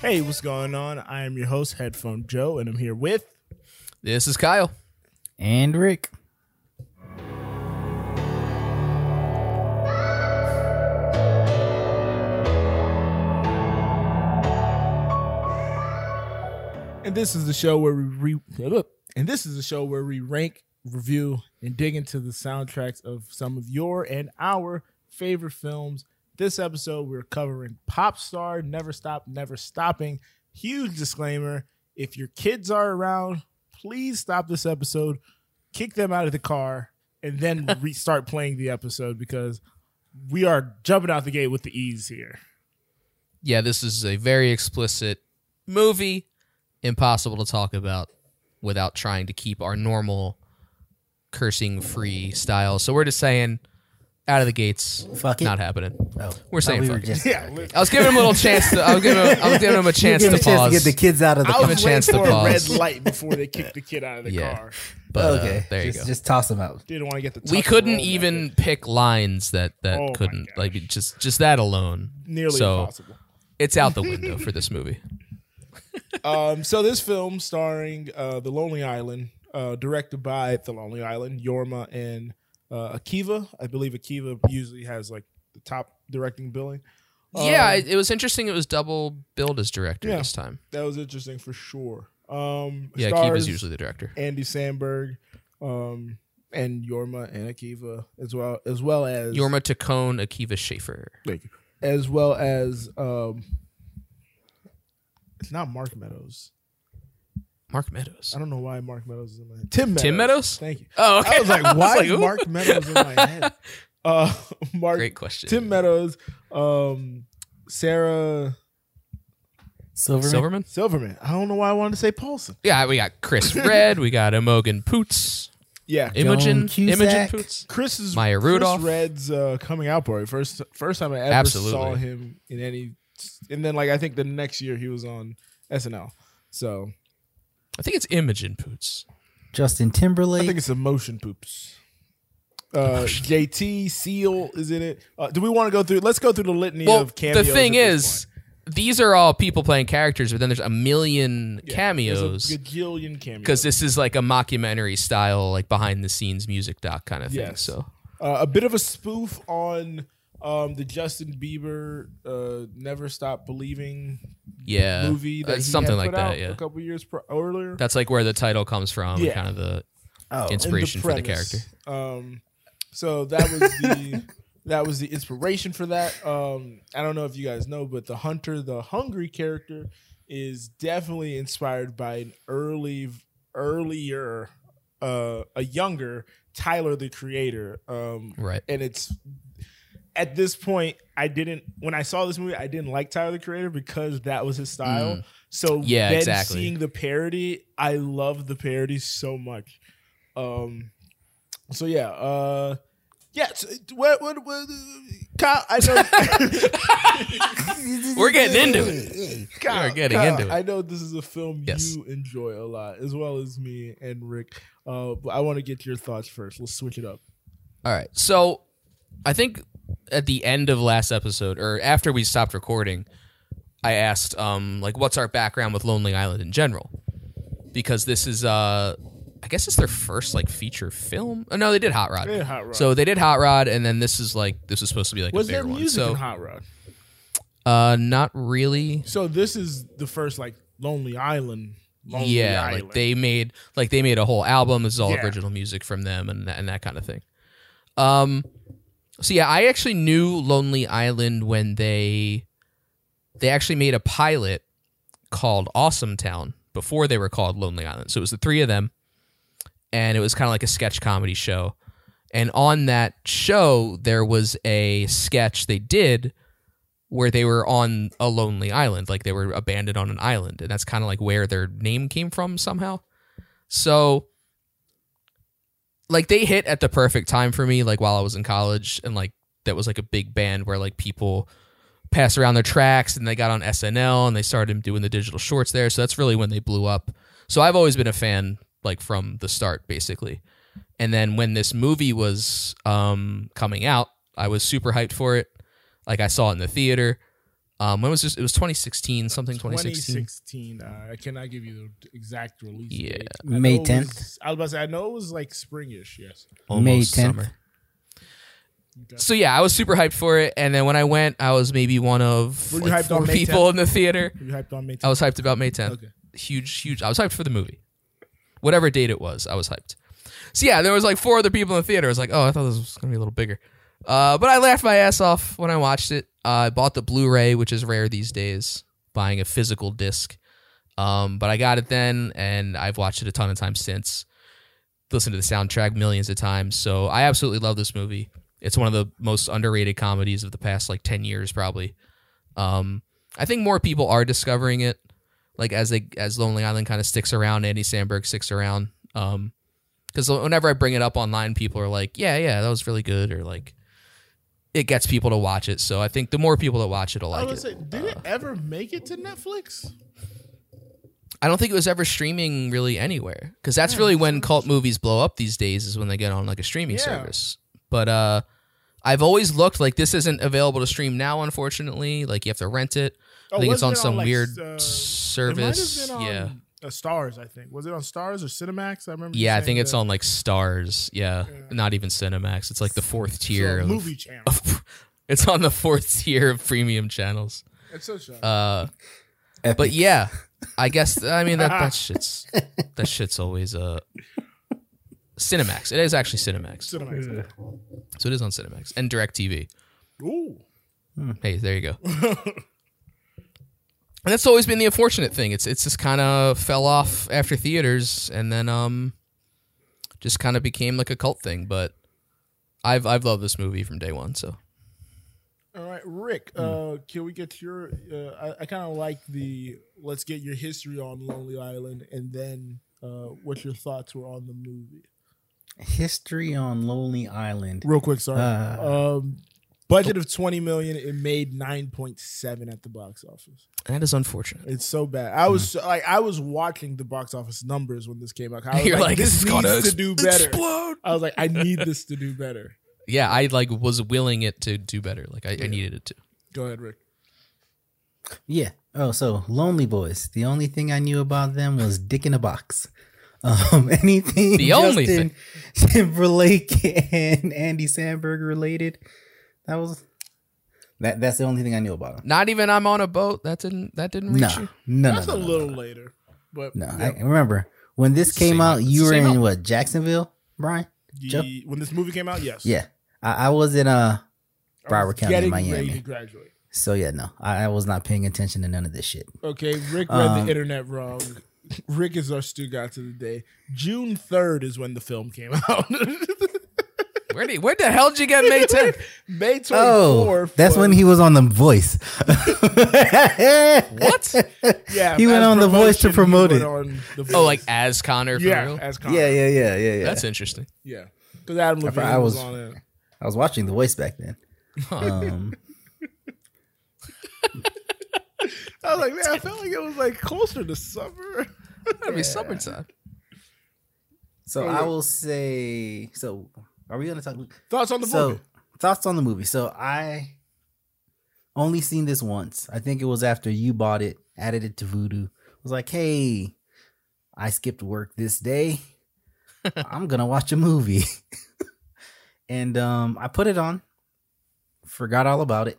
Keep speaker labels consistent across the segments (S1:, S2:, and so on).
S1: Hey, what's going on? I am your host, Headphone Joe, and I'm here with.
S2: This is Kyle.
S3: And Rick.
S1: And this is the show where we re- and this is the show where we rank, review, and dig into the soundtracks of some of your and our favorite films. This episode we're covering Pop Star, Never Stop, Never Stopping. Huge disclaimer. If your kids are around, please stop this episode, kick them out of the car, and then restart playing the episode because we are jumping out the gate with the ease here.
S2: Yeah, this is a very explicit movie. Impossible to talk about without trying to keep our normal cursing free style. So we're just saying out of the gates,
S3: Fuck it.
S2: not happening.
S3: Oh,
S2: We're saying
S3: we were
S2: fuck it.
S3: just
S1: Yeah,
S2: I was giving him a little chance to I was giving him, I was giving him a chance
S3: Give
S2: to
S3: him a chance to
S2: pause.
S3: get the kids out of the
S1: I
S2: Give
S3: car.
S2: him
S1: was
S2: a chance
S1: waiting
S2: to
S1: for a red
S2: pause.
S1: light before they kicked the kid out of the
S2: Yeah.
S1: car.
S2: but, uh,
S3: okay,
S2: there you
S3: just,
S2: go.
S3: Just toss them out.
S1: Didn't want to get the.
S2: we
S1: tuck roll
S2: couldn't
S1: back.
S2: even pick lines that that
S1: Oh my
S2: couldn't
S1: gosh.
S2: like just just that alone.
S1: nearly
S2: so
S1: impossible.
S2: it's out the window for this movie.
S1: Um, so this film starring uh, The Lonely Island, uh, directed by The Lonely Island, Yorma and uh, Akiva. I believe Akiva usually has like the top directing billing. Um,
S3: Uh,
S2: yeah, it, it was interesting. It was double billed as director
S1: Yeah.
S2: this time.
S1: that was interesting for sure. Um,
S2: Yeah,
S1: stars
S2: Kiva's usually the director.
S1: Andy Sandberg, um, and Yorma and Akiva as well as well as
S2: Yorma Tacone, Akiva Schaffer.
S1: Thank you. As well as um, it's not Mark Meadows.
S2: Mark Meadows.
S1: I don't know why Mark Meadows is in my head. Tim Meadows.
S2: Tim Meadows?
S1: Thank you.
S2: Oh, okay.
S1: I was like,
S2: I was
S1: why
S2: like,
S1: is
S2: ooh.
S1: Mark Meadows in my head? Uh, Mark
S2: Great question.
S1: Tim Meadows, um, Sarah
S3: Silverman.
S2: Silverman.
S1: Silverman. I don't know why I wanted to say Paulson.
S2: Yeah, we got Chris Red. we got Imogen Poots.
S1: Yeah,
S2: Imogen.
S3: Cusack.
S2: Imogen Poots.
S1: Chris is
S2: Maya Rudolph.
S1: Chris Red's uh, coming out party. First, first time I ever
S2: Absolutely.
S1: saw him in any. And then, like, I think the next year he was on SNL. So
S2: I think it's Imogen Poots.
S3: Justin Timberlake.
S1: I think it's the motion poops. Uh, JT Seal is in it. Uh, do we want to go through? Let's go through the litany
S2: Well,
S1: of cameos.
S2: the thing
S1: at this
S2: is, these are all people playing characters, but then there's a million
S1: point. Yeah,
S2: cameos.
S1: there's a gajillion cameos.
S2: because this is like a mockumentary style, like behind the scenes music doc kind of thing.
S1: Yes.
S2: So
S1: uh, a bit of a spoof on um, the Justin Bieber uh, "Never Stop Believing"
S2: yeah,
S1: movie. That
S2: that's
S1: he
S2: something
S1: had
S2: like
S1: put
S2: that.
S1: out
S2: Yeah,
S1: a couple years pro- earlier.
S2: that's like where the title comes from. and
S1: Yeah.
S2: kind of the
S3: oh,
S1: And
S2: inspiration for the
S1: premise.
S2: character.
S1: Um, so that was the that was the inspiration for that. Um, I don't know if you guys know, but the hunter, the hungry character, is definitely inspired by an early, earlier, uh, a younger Tyler the Creator. Um,
S2: Right.
S1: and it's at this point I didn't when I saw this movie I didn't like Tyler the Creator because that was his style. So
S2: Mm. Yeah,
S1: then
S2: exactly.
S1: seeing the parody, I love the parody so much. Um so yeah, uh yeah, so, what, what, what, Kyle, I know
S2: We're getting into it.
S1: Kyle,
S2: We're getting
S1: Kyle,
S2: into it.
S1: I know this is a film
S2: Yes.
S1: you enjoy a lot, as well as me and Rick. Uh, but I want to get your thoughts first. Let's switch it up.
S2: All right. So I think at the end of last episode or after we stopped recording, I asked um like what's our background with Lonely Island in general? Because this is uh I guess it's their first like feature film. Oh no, they did Hot Rod.
S1: They did Hot Rod.
S2: So they did Hot Rod and then this is like this was supposed to be like
S1: Was
S2: a bigger
S1: there music
S2: one. So
S1: in Hot Rod?
S2: uh not really.
S1: So this is the first like Lonely Island. Lonely
S2: yeah,
S1: Island.
S2: like they made like they made a whole album. This is all
S1: Yeah.
S2: original music from them and that, and that kind of thing. Um, so yeah, I actually knew Lonely Island when they they actually made a pilot called Awesome Town before they were called Lonely Island. So it was the three of them, and it was kind of like a sketch comedy show. And on that show, there was a sketch they did where they were on a lonely island, like they were abandoned on an island, and that's kind of like where their name came from somehow. So, like they hit at the perfect time for me, like while I was in college, and like that was like a big band where like people pass around their tracks, and they got on SNL and they started doing the digital shorts there. So that's really when they blew up. So I've always been a fan, like from the start, basically. And then when this movie was um, coming out, I was super hyped for it. Like I saw it in the theater. Um, when was this? It was 2016, something 2016.
S1: 2016. Uh, I cannot give you the exact release.
S2: Yeah.
S1: date. I
S3: May
S1: know it
S3: 10th.
S1: was- I was about to say, I know it was like springish. Yes.
S3: May
S2: Almost
S3: 10th.
S2: summer. So yeah, I was super hyped for it. And then when I went, I was maybe one of
S1: Were you
S2: like
S1: hyped on
S2: four
S1: May
S2: people
S1: 10th?
S2: in the theater.
S1: You hyped on May 10th.
S2: I was hyped about May 10th.
S1: okay.
S2: huge, huge. I was hyped for the movie, whatever date it was. I was hyped. So yeah, there was like four other people in the theater. I was like, oh, I thought this was gonna be a little bigger, uh, but I laughed my ass off when I watched it. Uh, I bought the Blu-ray, which is rare these days, buying a physical disc. Um, but I got it then, and I've watched it a ton of times since. Listened to the soundtrack millions of times, so I absolutely love this movie. It's one of the most underrated comedies of the past like ten years, probably. Um, I think more people are discovering it like as they as Lonely Island kind of sticks around, Andy Sandberg sticks around. Um, because whenever I bring it up online, people are like, "Yeah, yeah, that was really good," or like, it gets people to watch it. So I think the more people that watch it, will
S1: I
S2: like it. Uh,
S1: was gonna say, did it ever make it to Netflix?
S2: I don't think it was ever streaming really anywhere because that's really when cult movies blow up these days is when they get on like a streaming
S1: Yeah.
S2: service. But uh, I've always looked like this isn't available to stream now, unfortunately. Like you have to rent it. I
S1: Oh,
S2: think it's
S1: wasn't
S2: on
S1: it
S2: some
S1: like,
S2: weird
S1: uh, it might have
S2: service.
S1: been on,
S2: yeah,
S1: uh, Stars, I think. Was it on Stars or Cinemax? I remember. you
S2: yeah. I
S1: saying
S2: think it's
S1: that.
S2: on like Stars. Yeah,
S1: Yeah.
S2: not even Cinemax. It's like the fourth
S1: So,
S2: tier. of,
S1: movie channel.
S2: of- it's on the fourth tier of premium channels.
S1: It's so shocking.
S2: Uh,
S3: Epic.
S2: but yeah, I guess I mean that that shit's that shit's always uh Cinemax. It is actually Cinemax,
S1: Cinemax.
S2: so it is on Cinemax and Directv.
S1: Ooh.
S2: Hey, there you go. And that's always been the unfortunate thing. It's it's just kind of fell off after theaters, and then um, just kind of became like a cult thing. But I've I've loved this movie from day one. So
S1: All right, Rick.
S3: Hmm.
S1: Uh, can we get your? Uh, I, I kind of like the. Let's get your history on Lonely Island, and then uh, what your thoughts were on the movie.
S3: History on Lonely Island.
S1: Real quick, sorry.
S3: Uh.
S1: um, budget of twenty million. It made nine point seven at the box office.
S2: that is unfortunate.
S1: It's so bad. I
S3: Hmm.
S1: was like, I was watching the box office numbers when this came out. I was
S2: You're
S1: like,
S2: like,
S1: this,
S2: this is
S1: needs
S2: gonna
S1: to do better.
S2: Explode.
S1: I was like, I need this to do better.
S2: yeah, I like was willing it to do better. Like I, I needed it to.
S1: Go ahead, Rick.
S3: Yeah. Oh, so Lonely Boys. The only thing I knew about them was Dick in a Box. Um, anything
S2: The only
S3: Justin Timberlake and Andy Sandberg related. That was that. That's the only thing I knew about them.
S2: Not even I'm on a boat. That didn't that didn't reach
S3: No,
S2: you.
S3: no, no,
S1: That's
S3: no,
S1: a
S3: no,
S1: little later, but
S3: no.
S1: yeah.
S3: I, remember when this came
S2: Same
S3: out,
S2: out.
S3: you were
S2: Same
S3: in
S2: out.
S3: what Jacksonville, Brian? Jeff-
S1: Ye- when this movie came out, yes,
S3: Yeah, I, I was in
S1: I was
S3: uh Broward County,
S1: getting
S3: Miami.
S1: ready to graduate.
S3: So yeah, no, I, I was not paying attention to none of this shit.
S1: Okay, Rick read
S3: Um,
S1: the internet wrong. Rick is our Stugat of the day. June third is when the film came out.
S2: Where did where the hell did you get May 10th?
S1: May twenty
S3: Oh,
S1: fourth.
S3: that's when he was on The Voice.
S2: What?
S1: Yeah,
S3: he went
S1: as
S3: on The Voice to
S1: promotion, he
S3: promote
S1: went on The
S2: Oh, like
S1: Voice.
S2: as Connor. For
S1: yeah,
S2: real?
S1: as Connor.
S3: Yeah,
S1: yeah,
S3: yeah, yeah, yeah, yeah.
S2: that's interesting.
S1: yeah. Because Adam Levine
S3: I
S1: was,
S3: was-
S1: on it.
S3: I was watching The Voice back then. Um,
S1: I was like, man, I felt like it was like closer to summer.
S2: That'd be summertime.
S3: so I will say. So are we gonna talk?
S1: Thoughts on the
S3: So
S1: movie?
S3: thoughts on the movie. So I only seen this once. I think it was after you bought it, added it to Voodoo. I was like, hey, I skipped work this day. I'm gonna watch a movie. and um I put it on, forgot all about it.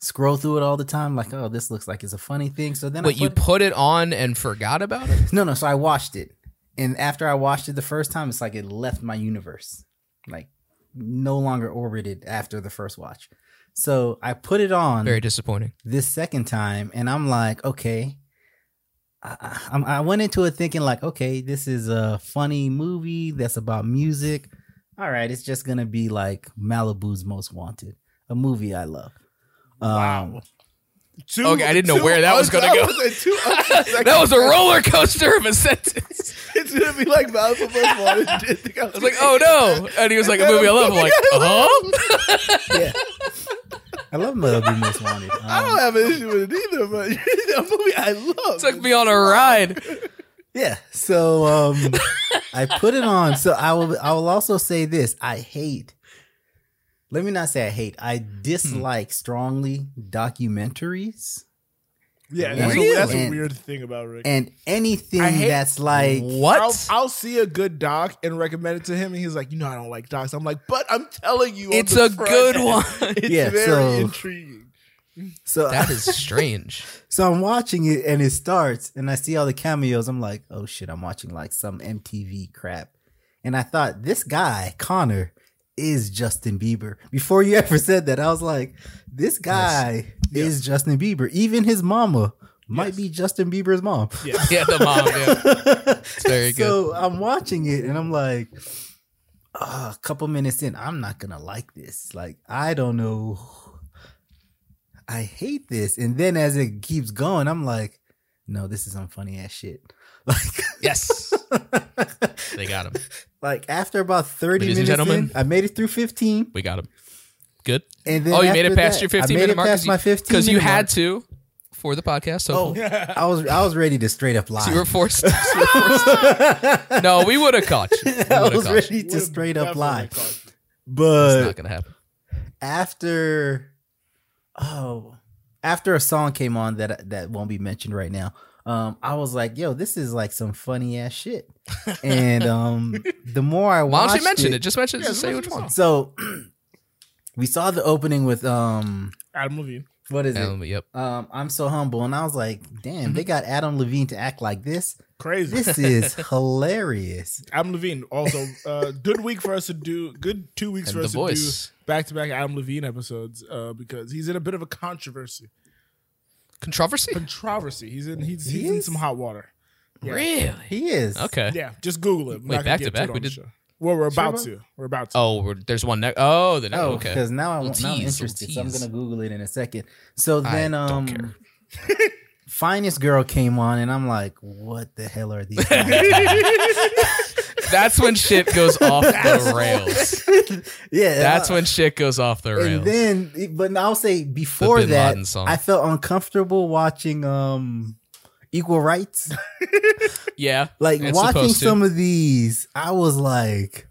S3: Scroll through it all the time, like, oh, this looks like it's a funny thing. So then I
S2: But you
S3: put-
S2: put it on and forgot about it.
S3: no, no. So I watched it, and after I watched it the first time, it's like it left my universe, like no longer orbited after the first watch. So I put it on
S2: Very disappointing.
S3: this second time, and I'm like, okay. I, I, I'm- I went into it thinking like, okay, this is a funny movie that's about music. All right, it's just gonna be like Malibu's Most Wanted, a movie I love. Um,
S1: Wow. Two,
S2: Okay, I didn't know
S1: two
S2: where that was
S1: uns-
S2: gonna go.
S1: I was like, two uns-
S2: that was a roller coaster of a sentence.
S1: It's gonna be like Mouth of Us Wanted. I think I
S2: I was like, oh no, and he was like, a movie I love. I'm like, "Uh-huh?" huh?
S3: yeah, I love Malibu Most Wanted. Um,
S1: I don't have an issue with it either, but a movie I love.
S2: Took me on a ride.
S3: Yeah. So um I put it on. So I will I will also say this. I hate let me not say I hate. I
S1: Hmm.
S3: dislike strongly documentaries
S1: Yeah, that's,
S3: Really?
S1: a, that's a
S3: And-
S1: weird thing about Rick.
S3: and anything
S1: I hate-
S3: that's like
S1: I'll,
S2: what?
S1: I'll see a good doc and recommend it to him, and he's like, "You know, I don't like docs." I'm like, "But I'm telling you, on
S2: it's
S1: the
S2: a
S1: front
S2: good
S1: end,
S2: one.
S1: It's
S3: Yeah,
S1: very
S3: so-
S1: intriguing."
S3: so
S2: that is strange.
S3: so I'm watching it and it starts and I see all the cameos. I'm like, "Oh shit, I'm watching like some MTV crap." And I thought this guy, Connor, is Justin Bieber. Before you ever said that, I was like, this guy
S1: Yeah.
S3: is Justin Bieber. Even his mama might
S1: Yes.
S3: be Justin Bieber's mom.
S1: Yeah,
S2: Yeah, the mom. Yeah. very
S3: So I'm watching it and I'm like, "Ah, a couple minutes in, I'm not gonna like this. Like, I don't know. I hate this. And then as it keeps going, I'm like, no, this is some funny ass shit. Like,
S2: Yes, they got him.
S3: like after about 30
S2: Ladies and
S3: minutes in,
S2: gentlemen.
S3: I made it through 15.
S2: We got him. Good.
S3: And then
S2: oh, you made
S3: after
S2: it past
S3: that,
S2: your 15
S3: I made
S2: minute
S3: it
S2: mark
S3: past my 15
S2: because you
S3: minute
S2: had
S3: mark.
S2: to for the podcast. So
S3: Oh, I was I was ready to straight up lie.
S2: you were forced. you were forced. no, we would have caught you. We would
S3: I
S2: have
S3: was
S2: caught you.
S3: ready to
S1: Would've
S3: straight up
S1: definitely
S3: lie.
S1: caught you.
S2: Oh It's
S3: But
S2: not gonna happen.
S3: after oh after a song came on that that won't be mentioned right now um i was like yo this is like some funny ass shit and um the more i
S2: Why
S3: watched
S2: don't you mention it?
S3: it
S2: Just mention it.
S1: Yeah,
S2: Just say
S1: mention
S2: which
S1: the
S2: one.
S3: so we saw the opening with um
S1: Adam Levine.
S3: what is
S2: Um, yep.
S3: it um i'm so humble and i was like damn
S2: Mm-hmm.
S3: they got adam levine to act like this
S1: Crazy.
S3: this is hilarious
S1: Adam Levine also uh, good week for us to do good two weeks
S2: And
S1: for
S2: the
S1: us
S2: voice.
S1: to do back to back Adam Levine episodes uh, because he's in a bit of a controversy
S2: Controversy?
S1: controversy he's in he's,
S3: He
S1: he's in
S3: is?
S1: some hot water yeah.
S2: Really?
S3: he is
S2: Okay.
S1: yeah just Google it I'm
S2: Wait,
S1: not
S2: back
S1: gonna
S2: to
S1: get
S2: back?
S1: it on
S2: We
S1: the
S2: did-
S1: show. well we're about
S3: Sure.
S1: to we're about to
S2: Oh, we're- there's one next. Oh, the
S3: Oh,
S2: okay.
S3: because now I
S2: Little
S3: want now I'm
S2: tease, little
S3: interested, so I'm
S2: tease.
S3: gonna Google it in a second. So
S2: I
S3: then,
S2: don't
S3: um,
S2: care.
S3: finest girl came on, and I'm like, what the hell are these? guys?"
S2: That's when shit goes off the rails.
S3: yeah,
S2: That's
S3: uh,
S2: when shit goes off the rails.
S3: And then, but I'll say before
S2: Bin
S3: that,
S2: Laden song.
S3: I felt uncomfortable watching um Equal Rights.
S2: yeah.
S3: Like
S2: it's
S3: watching
S2: supposed to.
S3: some of these, I was like,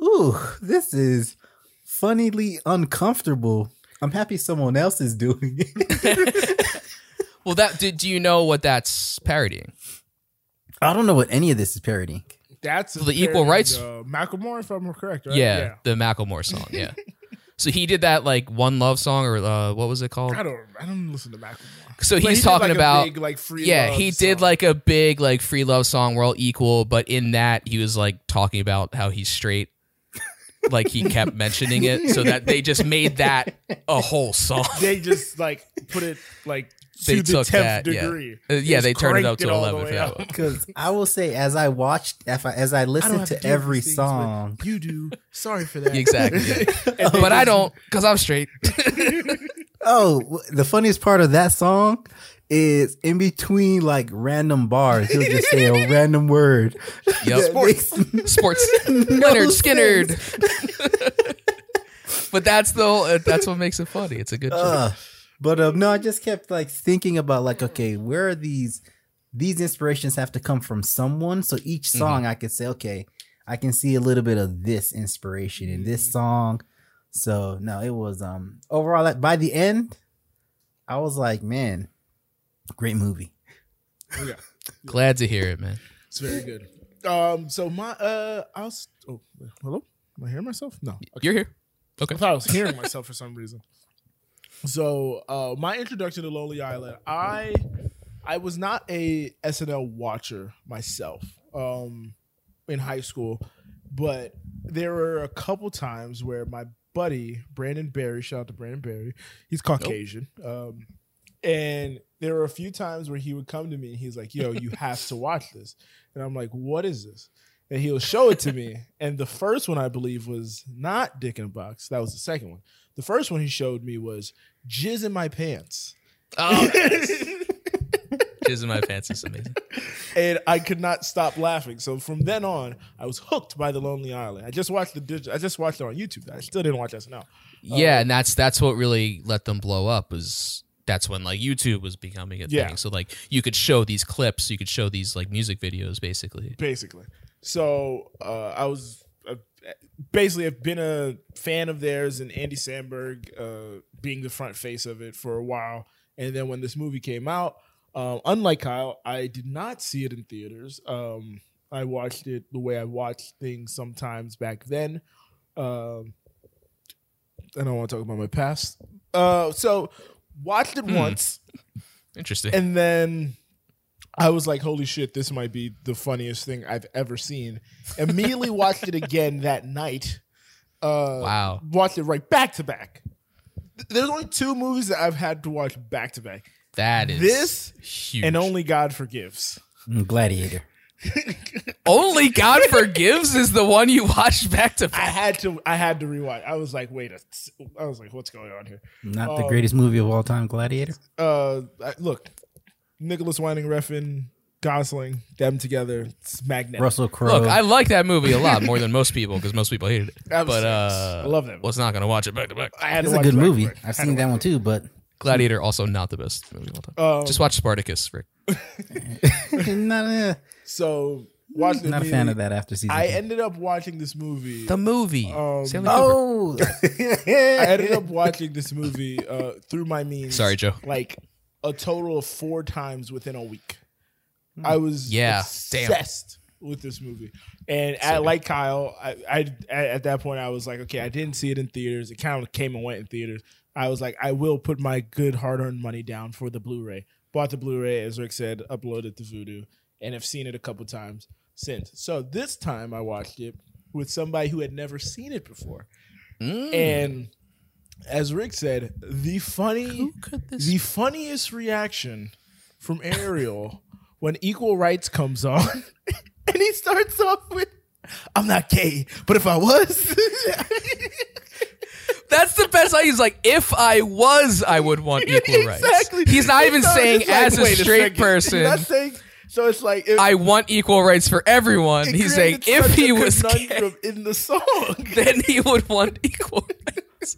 S3: ooh, this is funnily uncomfortable. I'm happy someone else is doing it.
S2: Well, that do, do you know what that's parodying?
S3: I don't know what any of this is parodying.
S1: that's a
S2: the equal
S1: parody,
S2: rights-
S1: uh, Macklemore if I'm correct right
S2: Yeah, the Macklemore song. Yeah. so he did that like one love song or uh, what was it called?
S1: I don't I don't listen to Macklemore
S2: So
S1: But
S2: he's
S1: he did,
S2: talking
S1: like, a
S2: about
S1: big, like free
S2: yeah,
S1: love
S2: he did
S1: song.
S2: like a big like free love song. We're all equal, but in that he was like talking about how he's straight. like he kept mentioning it, so that they just made that a whole song.
S1: they just like put it like
S2: They
S1: to the
S2: took
S1: tenth
S2: that, yeah.
S1: degree
S2: Uh, yeah,
S1: just
S2: they turned it
S1: cranked
S2: up to
S1: all the
S2: 11 for
S1: way
S2: that
S1: up.
S2: one.
S3: Because I will say, as I watched, if I, as I
S1: I don't
S3: listened
S1: have
S3: to
S1: do these
S3: every
S1: things, but
S3: song,
S1: you do. Sorry for that.
S2: Exactly, yeah.
S1: And they
S2: but I
S1: just-
S2: don't because I'm straight.
S3: oh, w- the funniest part of that song is in between like random bars, he'll just say a random word.
S2: Yup.
S3: That makes
S2: Sports,
S3: no
S2: Leonard
S3: sense.
S2: Skinnerd. but that's the whole, uh, that's what makes it funny. It's a good.
S1: Uh,
S2: joke.
S3: Ugh. but um, no, I just kept like thinking about like, okay, where are these? These inspirations have to come from someone. So each song, I could say, okay, I can see a little bit of this inspiration in this song. So no, it was um overall. Like, by the end, I was like, man, great movie.
S1: Yeah,
S2: Glad to hear it, man.
S1: it's very good. Um, so my uh, I'll s- oh hello, am I hearing myself? No,
S2: You're here.
S1: I thought I was hearing myself for some reason. So uh, my introduction to Lonely Island, I I was not a SNL watcher myself um, in high school, but there were a couple times where my buddy Brandon Barry, shout out to Brandon Barry, he's Caucasian, um, and there were a few times where he would come to me and he's like, "Yo, you have to watch this," and I'm like, "What is this?" and he'll show it to me. And the first one I believe was not Dick in a Box. That was the second one. The first one he showed me was Jizz in My Pants. Um,
S2: Oh, jizz in my pants is amazing.
S1: Oh. and I could not stop laughing. So from then on, I was hooked by The Lonely Island. I just watched the digital. I just watched it on YouTube. I still didn't watch SNL.
S2: Yeah, and that's that's what really let them blow up was that's when like YouTube was becoming a
S1: Yeah.
S2: thing. So like you could show these clips, you could show these like music videos, basically.
S1: basically. So uh, I was uh, basically have been a fan of theirs and Andy Sandberg uh, being the front face of it for a while. And then when this movie came out, um, unlike Kyle, I did not see it in theaters. Um, I watched it the way I watched things sometimes back then. Um, I don't want to talk about my past. Uh, so watched it
S2: Hmm.
S1: once
S2: Interesting.
S1: and then I was like, holy shit, this might be the funniest thing I've ever seen. Immediately watched it again that night. Uh,
S2: wow.
S1: Watched it right back to back. Th- There's only two movies that I've had to watch back to back
S2: That is
S1: this
S2: huge.
S1: and Only God Forgives.
S3: Mm, Gladiator.
S2: Only God Forgives is the one you watched back to
S1: I had to I had to rewatch. I was like, wait a s- I was like, what's going on here?
S3: Not the
S1: Oh.
S3: greatest movie of all time, Gladiator.
S1: Uh I- look, Nicholas Winding Refn, Gosling, them together, it's magnetic.
S3: Russell Crowe.
S2: Look, I like that movie a lot more than most people because most people hated it.
S1: That was
S2: But uh,
S1: serious. I love that
S2: Was not gonna watch it back to back.
S1: I had
S3: it's
S1: to
S3: a
S1: watch
S3: good
S1: it back to
S3: movie.
S1: back.
S3: I've seen that one too, but
S2: Gladiator also not the best movie of all time.
S1: Um,
S2: Just watch Spartacus, Rick.
S3: not a,
S1: So watched it
S3: not a fan
S1: immediately.
S3: of that after season.
S1: I
S3: two.
S1: ended up watching this movie.
S2: The movie.
S1: Um,
S2: Stanley Kubrick.
S3: oh,
S1: I ended up watching this movie uh, through my means.
S2: Sorry, Joe.
S1: Like a total of four times within a week. I was
S2: Hmm. Yeah, damn.
S1: obsessed with this movie, and I,
S2: Same.
S1: like Kyle, I, I at- at that point I was like, okay, I didn't see it in theaters. It kind of came and went in theaters. I was like, I will put my good hard-earned money down for the Blu-ray. Bought the Blu-ray, as Rick said, uploaded to Voodoo, and have seen it a couple times since. So this time I watched it with somebody who had never seen it before,
S2: Mm.
S1: and as Rick said, the funny
S2: Who could this?
S1: the funniest reaction from Ariel when equal rights comes on and he starts off with I'm not gay, but if I was
S2: That's the best. I- He's like, if I was, I would want equal rights.
S1: Exactly.
S2: He's not even
S1: So it's
S2: saying
S1: like,
S2: as a
S1: wait
S2: straight
S1: second.
S2: person.
S1: He's not saying, so it's like it,
S2: I want equal rights for everyone.
S1: it
S2: He's saying
S1: created
S2: if
S1: such
S2: he
S1: a
S2: was gay,
S1: conundrum in the song.
S2: then he would want equal rights.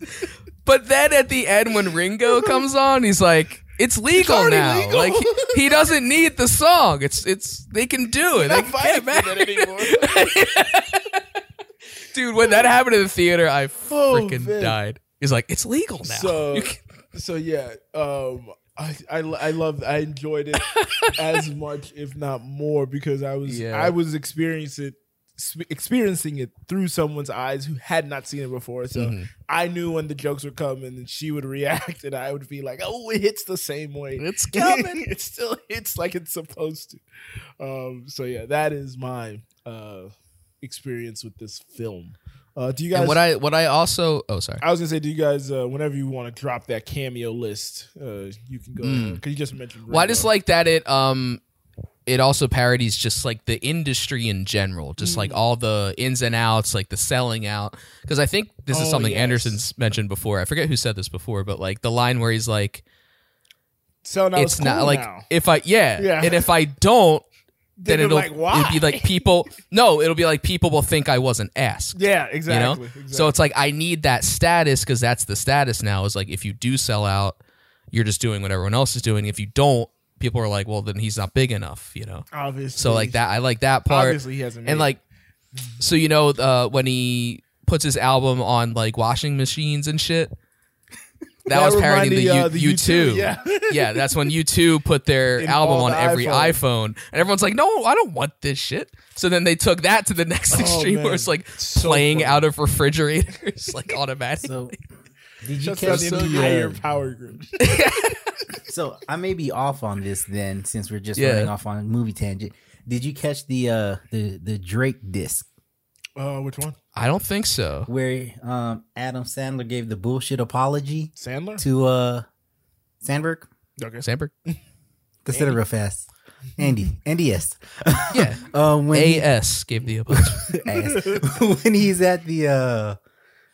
S2: But then at the end, when Ringo comes on, he's like, "It's legal
S1: already
S2: now.
S1: legal.
S2: Like he, he doesn't need the song. It's it's they can do it. They
S1: Not
S2: can get
S1: vibing with
S2: married.
S1: it anymore.
S2: Dude, when that happened in the theater, I
S1: Oh,
S2: freaking
S1: man.
S2: died. He's like, "It's legal now.
S1: So-
S2: You can-
S1: so yeah, um, I, I I love I enjoyed it as much, if not more, because I was
S2: Yeah.
S1: I was experiencing it sp- experiencing it through someone's eyes who had not seen it before. So
S2: Mhm.
S1: I knew when the jokes were coming, and she would react, and I would be like, "Oh, it hits the same way.
S2: It's coming."
S1: it still hits like it's supposed to." Um, so yeah, that is my uh, experience with this film. Uh, do you guys?
S2: and what I what I also oh sorry
S1: I was gonna say, do you guys, uh, whenever you want to drop that cameo list, uh, you can go
S2: Mm.
S1: because you just mentioned.
S2: Well, I
S1: Ringo.
S2: just like that it um it also parodies just like the industry in general, just
S1: Mm.
S2: like all the ins and outs, like the selling out. Because I think this is
S1: Oh,
S2: something
S1: yes.
S2: Anderson's mentioned before. I forget who said this before, but like the line where he's like,
S1: so now
S2: "It's not like
S1: now.
S2: if I yeah,
S1: Yeah.
S2: and if I don't, then,
S1: they're
S2: it'll
S1: like, why?
S2: it'd be like people no, it'll be like people will think I wasn't asked.
S1: yeah, exactly.
S2: So it's like I need that status because that's the status now. Is like if you do sell out, you're just doing what everyone else is doing. If you don't, people are like, well, then he's not big enough, you know.
S1: obviously,
S2: So like that, I like that part,
S1: Obviously, he hasn't. Made
S2: and like, so you know, uh, when he puts his album on like washing machines and shit, that, was parodying the,
S1: reminded
S2: U-
S1: me, uh, the
S2: U2.
S1: Yeah,
S2: Yeah, that's when U2 put their
S1: In
S2: album
S1: all
S2: on
S1: the
S2: every iPhone.
S1: iPhone.
S2: And everyone's like, no, I don't want this shit. So then they took that to the next
S1: Oh,
S2: extreme where
S1: man.
S2: it's like
S1: So
S2: playing
S1: funny.
S2: out of refrigerators, like automatic.
S3: so did you
S1: just
S3: catch
S1: an
S3: the?
S1: entire
S3: uh,
S1: power group.
S3: so I may be off on this then, since we're just
S2: Yeah.
S3: running off on a movie tangent. Did you catch the uh the the Drake disc
S1: Uh, which one?
S2: I don't think so.
S3: where um Adam Sandler gave the bullshit apology
S1: Sandler.
S3: to uh Sandberg?
S1: Okay. Uh,
S2: Sandberg?
S3: Consider real fast. Andy. Andy yes.
S2: Yeah.
S3: Uh, when he-
S2: AS gave the apology.
S3: ass. when he's at the uh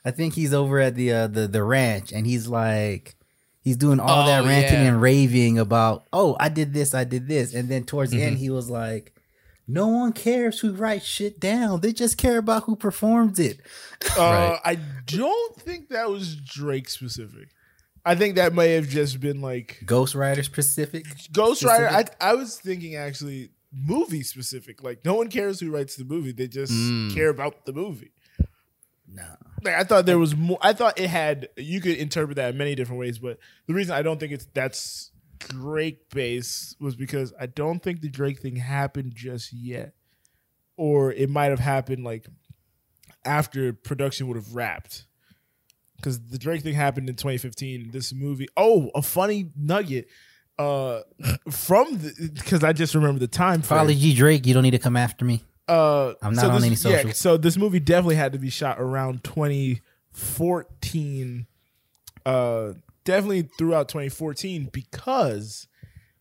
S3: I think he's over at the uh the, the ranch and he's like he's doing all that
S2: Oh,
S3: ranting
S2: yeah.
S3: and raving about oh I did this, I did this and then towards the end
S2: Mm-hmm.
S3: he was like no one cares who writes shit down. They just care about who performs it.
S1: Uh,
S2: Right.
S1: I don't think that was Drake specific. I think that may have just been like
S3: Ghost Rider specific.
S1: Ghost Rider. I, I was thinking actually movie specific. Like no one cares who writes the movie; they just
S2: Mm.
S1: care about the movie.
S3: No.
S1: Like I thought there was more. I thought it had. You could interpret that in many different ways, but the reason I don't think it's that's Drake based was because I don't think the Drake thing happened just yet, or it might have happened like after production would have wrapped. Because the Drake thing happened in 2015. This movie. Oh, a funny nugget. Uh, from because I just remember the time. frame.
S3: Probably G Drake, you don't need to come after me.
S1: Uh,
S3: I'm not
S1: so
S3: on
S1: this,
S3: any
S1: yeah,
S3: socials.
S1: so this movie definitely had to be shot around 2014. Uh, definitely throughout 2014 because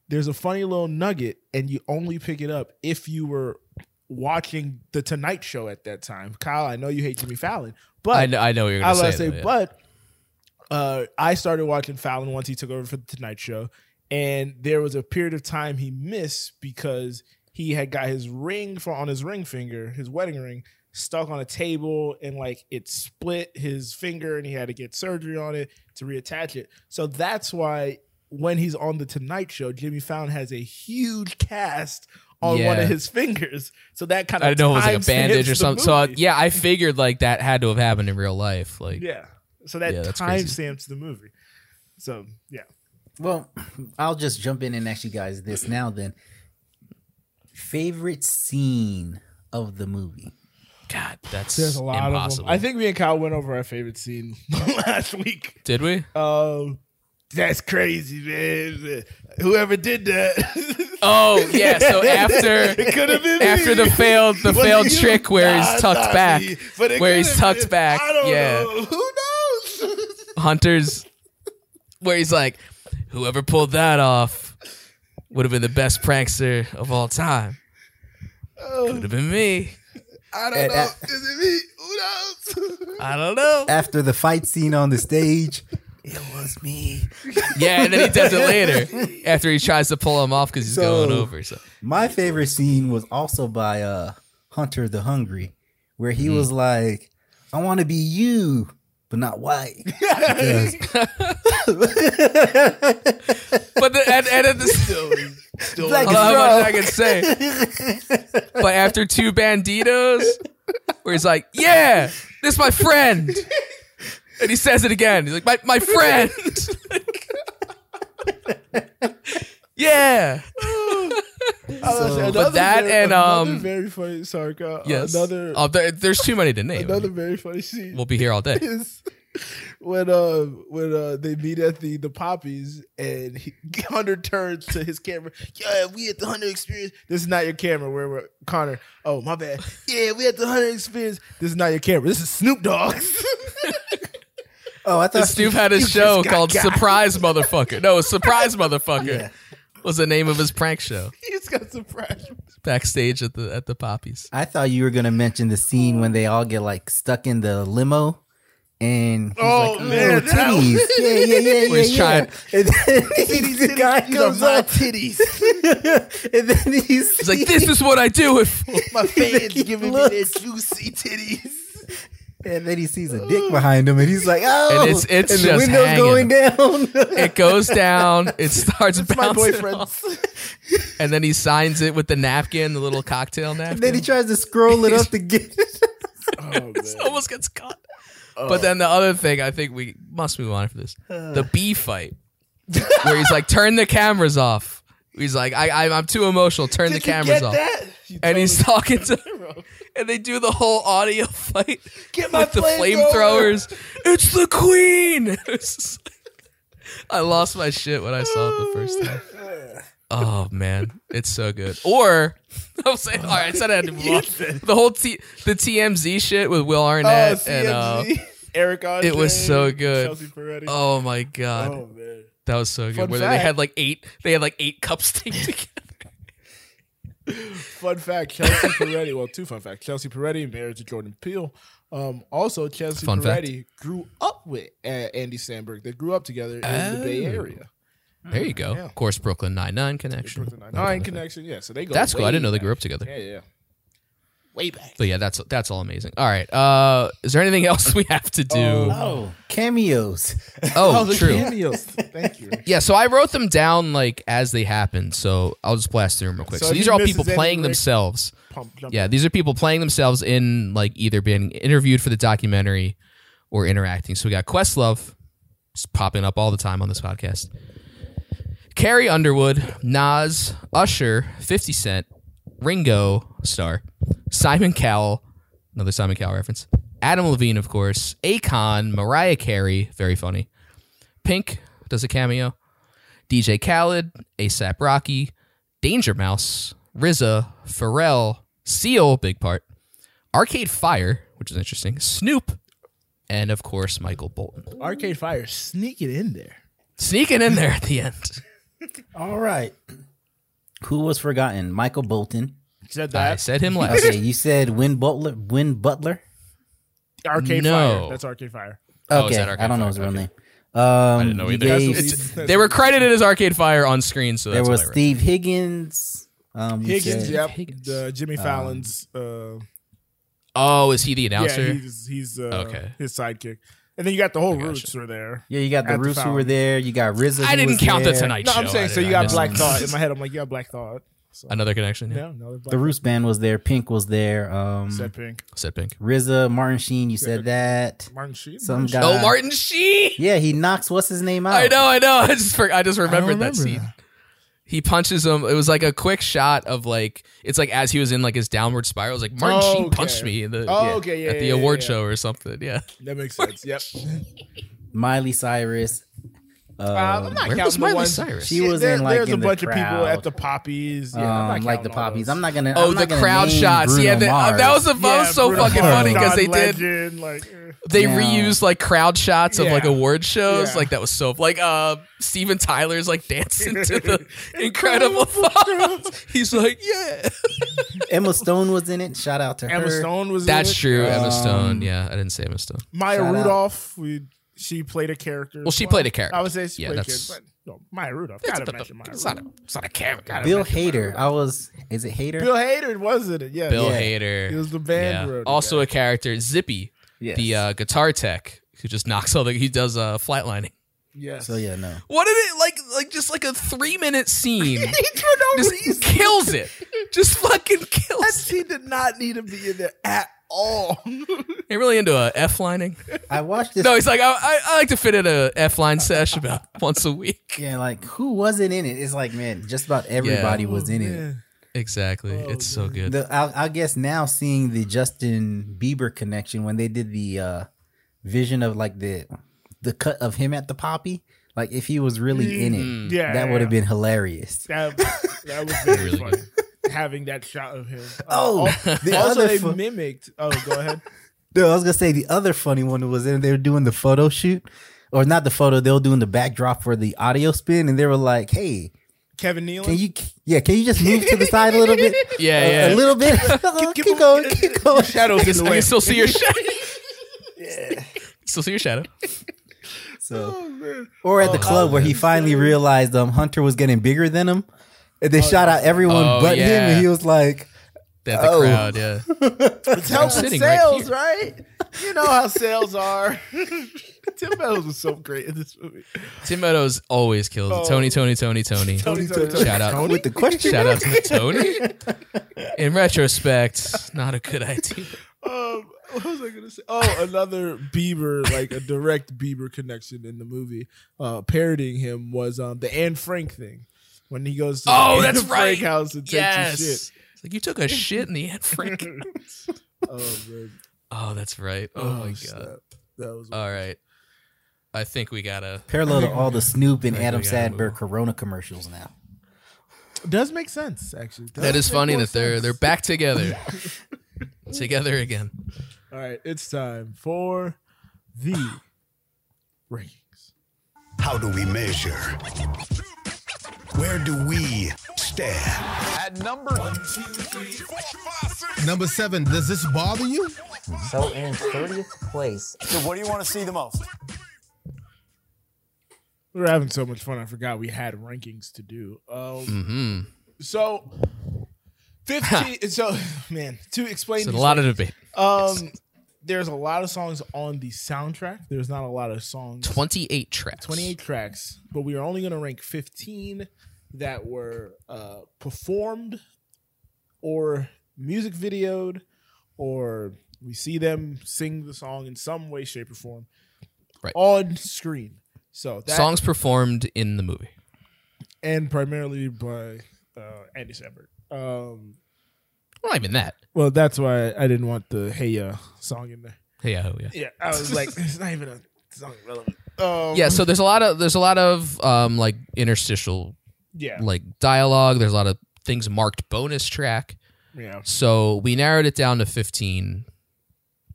S1: there's a funny little nugget, and you only pick it up if you were watching the Tonight Show at that time. Kyle, I know you hate Jimmy Fallon, but
S2: I know, I know what you're
S1: I
S2: gonna
S1: was
S2: say.
S1: gonna say,
S2: though, yeah.
S1: but uh, I started watching Fallon once he took over for the Tonight Show, and there was a period of time he missed because he had got his ring for on his ring finger, his wedding ring, stuck on a table, and like it split his finger, and he had to get surgery on it to reattach it. So that's why when he's on the Tonight Show, Jimmy Fallon has a huge cast on one
S2: Yeah.
S1: of his fingers. So that kind of
S2: I didn't know it was like a
S1: timestamps
S2: bandage or
S1: the
S2: something. So uh, I,
S1: movie.
S2: yeah, I figured like that had to have happened in real life. Like
S1: Yeah. So that
S2: Yeah, that's
S1: time
S2: crazy.
S1: stamps the movie. So yeah.
S3: Well, I'll just jump in and ask you guys this now then. Favorite scene of the movie?
S2: God, that's
S1: There's a lot
S2: impossible.
S1: of them. I think me and Kyle went over our favorite scene last week.
S2: Did we?
S1: Um that's crazy, man. Whoever did that.
S2: Oh yeah. So after
S1: it could have been
S2: after
S1: me.
S2: the failed the
S1: Was
S2: failed
S1: it you?
S2: trick where
S1: Nah,
S2: he's tucked
S1: not
S2: back,
S1: me, but it
S2: where he's
S1: could have
S2: tucked
S1: been.
S2: back.
S1: I don't
S2: yeah,
S1: know. Who knows?
S2: Hunter's where he's like, whoever pulled that off would have been the best prankster of all time.
S1: Oh,
S2: Would have been me.
S1: I
S2: Eh,
S1: don't
S3: And-
S1: know. Is it me? Who knows?
S2: I don't know.
S3: After the fight scene on the stage, it was me.
S2: Yeah, and then he does it later after he tries to pull him off because he's
S3: So-
S2: going over. So
S3: My favorite scene was also by uh Hunter the Hungry, where he
S2: Mm-hmm.
S3: was like, I want to be you, but not white. Because-
S2: But the, and, and at the,
S1: Still
S3: Black
S2: I don't know
S3: is
S2: how much
S3: wrong.
S2: I can say. But after two banditos, where he's like, "Yeah, this my friend," and he says it again. He's like, "My my friend." yeah,
S1: I was gonna say,
S3: So-
S1: another
S2: But that
S1: very-
S2: and,
S1: another
S2: um,
S1: very funny sorry, Kyle. uh,
S2: yes.
S1: Another
S2: Oh, there- there's too many to name.
S1: another very funny scene
S2: we'll be here all day.
S1: is when uh when uh they meet at the the poppies and he, Hunter turns to his camera. Yeah, we at the Hunter Experience. This is not your camera. Where we're Connor. Oh my bad. Yeah, we at the Hunter Experience. This is not your camera. This is Snoop Dogg's.
S3: oh, I thought
S2: Snoop had a
S1: just
S2: show
S1: got
S2: called
S1: got.
S2: Surprise Motherfucker. No, Surprise Motherfucker
S3: Yeah.
S2: was the name of his prank show
S1: he just got surprised.
S2: backstage at the at the Poppies.
S3: I thought you were gonna mention the scene when they all get like stuck in the limo, and he's
S1: Oh,
S3: like,
S1: man,
S3: "Oh, titties,
S1: that-
S3: yeah, yeah,
S2: Where
S3: yeah, yeah."
S2: he's
S3: yeah.
S2: trying-
S3: and then the guy
S1: These are
S3: comes
S1: my
S3: up,
S1: titties.
S3: and then he's,
S2: He's like, "This is what I do it for."
S1: My fans
S3: He
S1: giving me their
S3: looks.
S1: juicy titties.
S3: and then he sees a dick behind him, and he's like, "Oh!"
S2: And it's- it's
S3: and the
S2: just
S3: windows
S2: hanging.
S3: going down.
S2: It goes down. It starts
S1: It's my
S2: bouncing.
S1: boyfriend's.
S2: And then he signs it with the napkin, the little cocktail
S3: and
S2: napkin.
S3: then he tries to scroll it up to get.
S1: Oh, man.
S2: almost gets caught. But then the other thing, I think we must move on for this. The bee fight, where he's like, "Turn the cameras off." He's like, I, I, "I'm too emotional. Turn
S1: Did
S2: the cameras off."
S1: that? You
S2: And he's
S1: totally-
S2: talking to, and they do the whole audio fight
S1: Get my
S2: with the flamethrowers. It's the queen. It's just like- I lost my shit when I saw it the first time. Oh man, it's so good. Or I'm saying, all right, I said I had to move
S1: You
S2: on.
S1: said-
S2: The whole T- the TMZ shit with Will
S1: Oh,
S2: Arnett and uh,
S1: CMZ. Eric Andre,
S2: it was so good.
S1: Chelsea Peretti.
S2: oh my god,
S1: Oh, man.
S2: that was so good.
S1: Fun
S2: Where they
S1: fact.
S2: had like eight, they had like eight cups taped together.
S1: Fun fact: Chelsea Peretti. Well, two fun facts: Chelsea Peretti, married to Jordan Peele. Um, also, Chelsea
S2: Fun fact.
S1: Peretti grew up with uh, Andy Sandberg. They grew up together in the Bay
S2: Oh.
S1: Area.
S2: There you go.
S1: Yeah.
S2: Of course, Brooklyn Nine Nine connection.
S1: Brooklyn Nine Nine connection. Yeah, so they go.
S2: That's cool. I
S1: way
S2: didn't know they grew
S1: back.
S2: up together.
S1: Yeah, yeah. way back.
S2: But yeah, that's that's all amazing. All right. Uh is there anything else we have to do? Oh,
S3: Oh, cameos.
S1: the
S2: true.
S1: cameos. Thank you.
S2: Yeah, so I wrote them down like as they happened. So I'll just blast through them real quick.
S1: So
S2: So,
S1: if
S2: these
S1: he
S2: are all
S1: misses
S2: people
S1: any,
S2: playing
S1: Rick-
S2: themselves.
S1: Pump, jump.
S2: Yeah, these are people playing themselves in like either being interviewed for the documentary or interacting. So we got Questlove just popping up all the time on this podcast. Carrie Underwood, Nas, Usher, 50 Cent, Ringo Star, Simon Cowell, another Simon Cowell reference, Adam Levine, of course, Akon, Mariah Carey, very funny, Pink does a cameo, DJ Khaled, ASAP Rocky, Danger Mouse, RZA, Pharrell, Seal, big part, Arcade Fire, which is interesting, Snoop, and of course Michael Bolton.
S1: Arcade Fire, sneak it in there.
S2: Sneaking in there at the end.
S3: All right. Who was forgotten? Michael Bolton.
S1: Said
S2: I
S1: that
S2: said him last.
S3: Okay, you said Win Butler. Win Butler.
S1: Arcade
S2: No.
S1: Fire. That's Arcade Fire.
S2: Oh, is
S3: Okay,
S2: that Arcade
S3: I don't know
S2: Fire?
S3: his real
S2: Okay.
S3: name. Um, I
S2: didn't know either.
S1: That's what
S3: Gave,
S1: he-
S2: They were credited as Arcade Fire on screen, so
S3: there
S2: that's
S3: was
S2: what I wrote.
S3: Steve Higgins. Um, you
S1: Higgins.
S3: said-
S1: Yep.
S2: Higgins.
S1: The Jimmy
S3: Um,
S1: Fallon's. Uh,
S2: Oh, is he the announcer?
S1: Yeah, he's he's uh,
S2: Okay.
S1: his sidekick. And then you got the whole
S2: I gotcha.
S1: Roots were there.
S3: Yeah, you got the
S1: At the
S3: Roofs who
S1: Fountain.
S3: were there. You got RZA.
S2: I
S3: who
S2: didn't
S3: was
S2: count the
S3: there.
S2: Tonight
S1: No,
S2: Show.
S1: I'm saying so.
S2: I-
S1: You
S2: I
S1: got
S2: missed
S1: Black
S2: it.
S1: Thought in my head. I'm like, yeah, Black Thought. So,
S2: Another connection. Yeah.
S1: yeah, no, Black
S3: The Roofs band was there. Pink was there. Um,
S1: Thought. said Pink.
S2: Said Pink.
S3: RZA, Martin Sheen. You said that.
S1: Martin Sheen.
S3: Some guy.
S2: oh, Martin Sheen.
S3: Yeah, he knocks. What's his name out?
S2: I know, I know. I just for, I just
S1: Oh. I don't
S2: remembered that
S1: remember
S2: scene. He punches him. It was like a quick shot of like it's like as he was in like his downward spiral. It was like Martin
S1: Oh,
S2: Sheen
S1: okay.
S2: punched me in the
S1: Oh, okay, yeah,
S2: at the
S1: yeah, yeah,
S2: award
S1: yeah.
S2: show or something. Yeah.
S1: That makes sense. Yep.
S3: Uh, Miley Cyrus. Um,
S1: Um, I'm not
S2: Where
S1: counting
S2: was
S1: the
S2: Miley
S1: ones-
S2: Cyrus?
S3: She was
S1: there-
S3: in, like,
S1: there's a
S3: in the
S1: bunch of people
S3: crowd.
S1: at the poppies. Yeah, I'm not
S3: um, like the
S1: counting all
S3: poppies.
S1: those.
S3: I'm not gonna.
S2: Oh,
S3: I'm
S2: the
S3: not gonna
S2: crowd
S3: name
S2: shots.
S3: Bruno
S2: yeah, that, uh,
S3: Mars.
S2: that was, that
S1: Yeah,
S2: was so
S1: Bruno
S2: fucking
S1: Mars,
S2: funny because
S1: John
S2: they did.
S1: Legend, like, eh.
S2: they
S3: Now-
S2: reused like crowd shots of like
S1: Yeah.
S2: award shows.
S1: Yeah.
S2: Like that was so like uh Steven Tyler's like dancing to the incredible thoughts. He's like, yeah.
S3: Emma Stone was in it. Shout out to her.
S1: Emma Stone was. in
S2: That's
S1: it.
S2: true, Emma Stone.
S3: Um,
S2: Yeah, I didn't say Emma Stone.
S1: Maya
S3: Shout out.
S1: Rudolph. We she played a character.
S2: Well, she
S1: as
S2: played a character.
S1: I would say she
S2: Yeah,
S1: played a
S2: that's-
S1: character. But, no, Maya Rudolph.
S2: It's,
S1: Gotta
S2: but
S1: mention Maya
S2: it's not a,
S1: Rudolph.
S2: it's not a character. gotta
S3: Bill
S2: mention
S3: Hader. I was. Is it Hader?
S1: Bill Hader wasn't it? Yeah,
S2: Bill
S1: yeah.
S2: Hader.
S1: He was the band.
S2: yeah.
S1: road
S2: Also
S1: guy.
S2: a character, Zippy,
S3: Yes.
S2: the uh, guitar tech who just knocks all the. He does uh, flatlining.
S1: yes.
S3: so yeah, no.
S2: What did it like? Like just like a three minute scene.
S1: for no
S2: just
S1: reason.
S2: kills it. Just fucking kills.
S1: That scene did not need to be in there at all.
S2: You're really into a F lining?
S3: I watched this.
S2: No, he's like, I, I, I like to fit in a F line sesh about once a week.
S3: Yeah, like who wasn't in it? It's like man, just about everybody was in it.
S2: Exactly.
S1: Oh,
S2: it's so good.
S3: The, I'll, I'll guess now seeing the Justin Bieber connection when they did the uh, vision of like the the cut of him at the poppy, like if he was really in it,
S1: Yeah,
S3: that would have been hilarious.
S1: That, that was very
S2: Really
S1: funny. Having that shot of him. Uh,
S3: Oh,
S1: al-
S3: the
S1: also
S3: other
S1: they
S3: fu-
S1: mimicked. Oh, go ahead.
S3: No, I was gonna say the other funny one was in they were doing the photo shoot, or not the photo. They were doing the backdrop for the audio spin, and they were like, "Hey,
S1: Kevin Nealon.
S3: can you? Yeah, can you just move to the side a little bit?
S2: Yeah,
S3: A-
S2: yeah.
S3: a, little bit. keep, going, keep going.
S1: shadows in the
S2: I
S1: way?
S2: can still see your shadow. Still see your shadow.
S3: So.
S1: Oh, man.
S3: Or at the club where he finally realized um Hunter was getting bigger than him, and they shot out everyone
S2: Oh,
S3: but him,
S2: yeah.
S3: and he was like,
S2: That the
S3: Oh.
S2: crowd, yeah.
S1: It's helping
S2: sitting right
S1: sales,
S2: here.
S1: right, You know how sales are. Tim Meadows was so great in this movie.
S2: Tim Meadows always kills it.
S1: Oh.
S2: Tony, Tony, Tony, Tony.
S1: Tony, Tony, Tony.
S2: Shout out.
S3: with the question.
S2: Shout out to Tony. In retrospect, not a good idea.
S1: Um, what was I gonna say? Oh, another Bieber, like a direct Bieber connection in the movie, uh, parodying him was um the Anne Frank thing when he goes to the
S2: Oh,
S1: Anne
S2: that's
S1: Frank
S2: right.
S1: house and takes
S2: Yes.
S1: his shit.
S2: It's like you took a shit in the end, Frank.
S1: Oh man!
S2: Oh, that's right. Oh, my god. Uh,
S1: snap. that was
S2: All right. I think we gotta
S3: Parallel to all the Snoop and
S2: I think
S3: Adam
S2: we gotta move
S3: Sadberg
S2: on.
S3: Corona commercials now.
S1: does make sense actually. Does
S2: That is
S1: make
S2: funny
S1: more
S2: that they're
S1: sense.
S2: they're back together. together again.
S1: All right, it's time for the rankings.
S4: How do we measure? Where do we stand?
S5: Number seven, does this bother you?
S6: So in 30th place
S7: What do you want to see the most?
S1: We were having
S2: Mm-hmm.
S1: so much fun, I forgot we had rankings to do. Um,
S2: hmm
S1: so Fifteen. so, man, to explain
S2: It's a
S1: these
S2: lot of debate.
S1: Um, there's a lot of songs on the soundtrack. There's not a lot of songs.
S2: 28 tracks.
S1: 28 tracks, but we are only going to rank 15 that were uh, performed or music videoed, or we see them sing the song in some way, shape, or form
S2: Right.
S1: on screen. So that,
S2: songs performed in the movie.
S1: and primarily by uh, Andy Shepard. Um,
S2: Well, not even that.
S1: well, that's why I didn't want the Hey Ya song in there.
S2: Yeah, oh, yeah.
S1: Yeah, I was like, it's not even a song relevant. Um,
S2: Yeah, so there's a lot of there's a lot of um like interstitial
S1: yeah,
S2: like dialogue. There's a lot of things marked bonus track.
S1: yeah.
S2: So we narrowed it down to 15,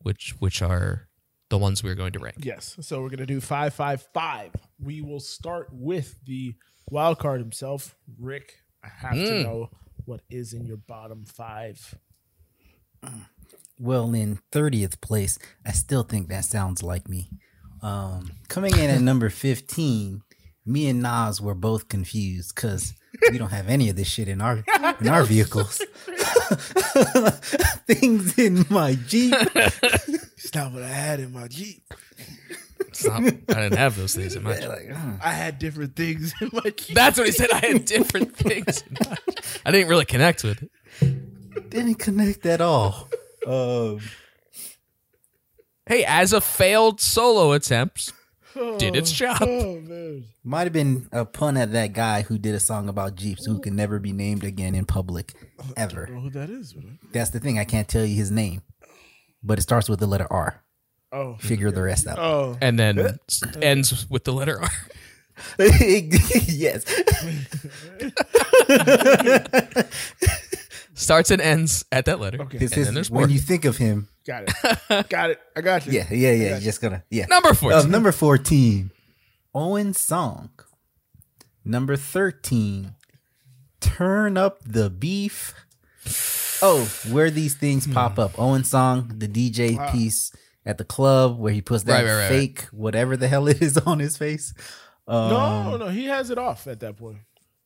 S2: which which are the ones we're going to rank.
S1: Yes. So we're gonna do five, five, five. We will start with the wild card himself, Rick. I have to
S2: Mm.
S1: know what is in your bottom five.
S3: Well, in 30th place, I still think that sounds like me. Um, coming in at number 15, me and Nas were both confused because we don't have any of this shit in our in our vehicles. Things in my Jeep.
S1: It's not what I had in my Jeep.
S2: It's not- I didn't have those things in my
S3: Like, uh,
S1: I had different things in my Jeep.
S2: That's what he said. I had different things. I didn't really connect with it.
S3: didn't connect at all. Um,
S2: Hey, as a failed solo attempt, did its job.
S1: Oh man.
S3: might have been a pun at that guy who did a song about Jeeps who can never be named again in public
S1: I don't
S3: ever.
S1: know who that is, but I-
S3: That's the thing. I can't tell you his name, but it starts with the letter R.
S1: oh.
S3: Figure the rest out.
S1: Oh.
S2: And then s- ends with the letter R.
S3: yes.
S2: Starts and ends at that letter.
S1: Okay.
S3: This
S2: And then
S3: is
S2: there's
S3: when
S2: more.
S3: you think of him.
S1: Got it. got it. I got you.
S3: Yeah, yeah, yeah. You're just gonna yeah.
S2: Number four.
S3: Uh, number fourteen, Owen Song. Number thirteen, Turn Up the Beef. Oh, where these things
S2: Hmm.
S3: pop up. Owen Song, the DJ piece at the club where he puts that
S2: Right, right, right, right.
S3: fake whatever the hell it is on his face. Um,
S1: No, no, he has it off at that point.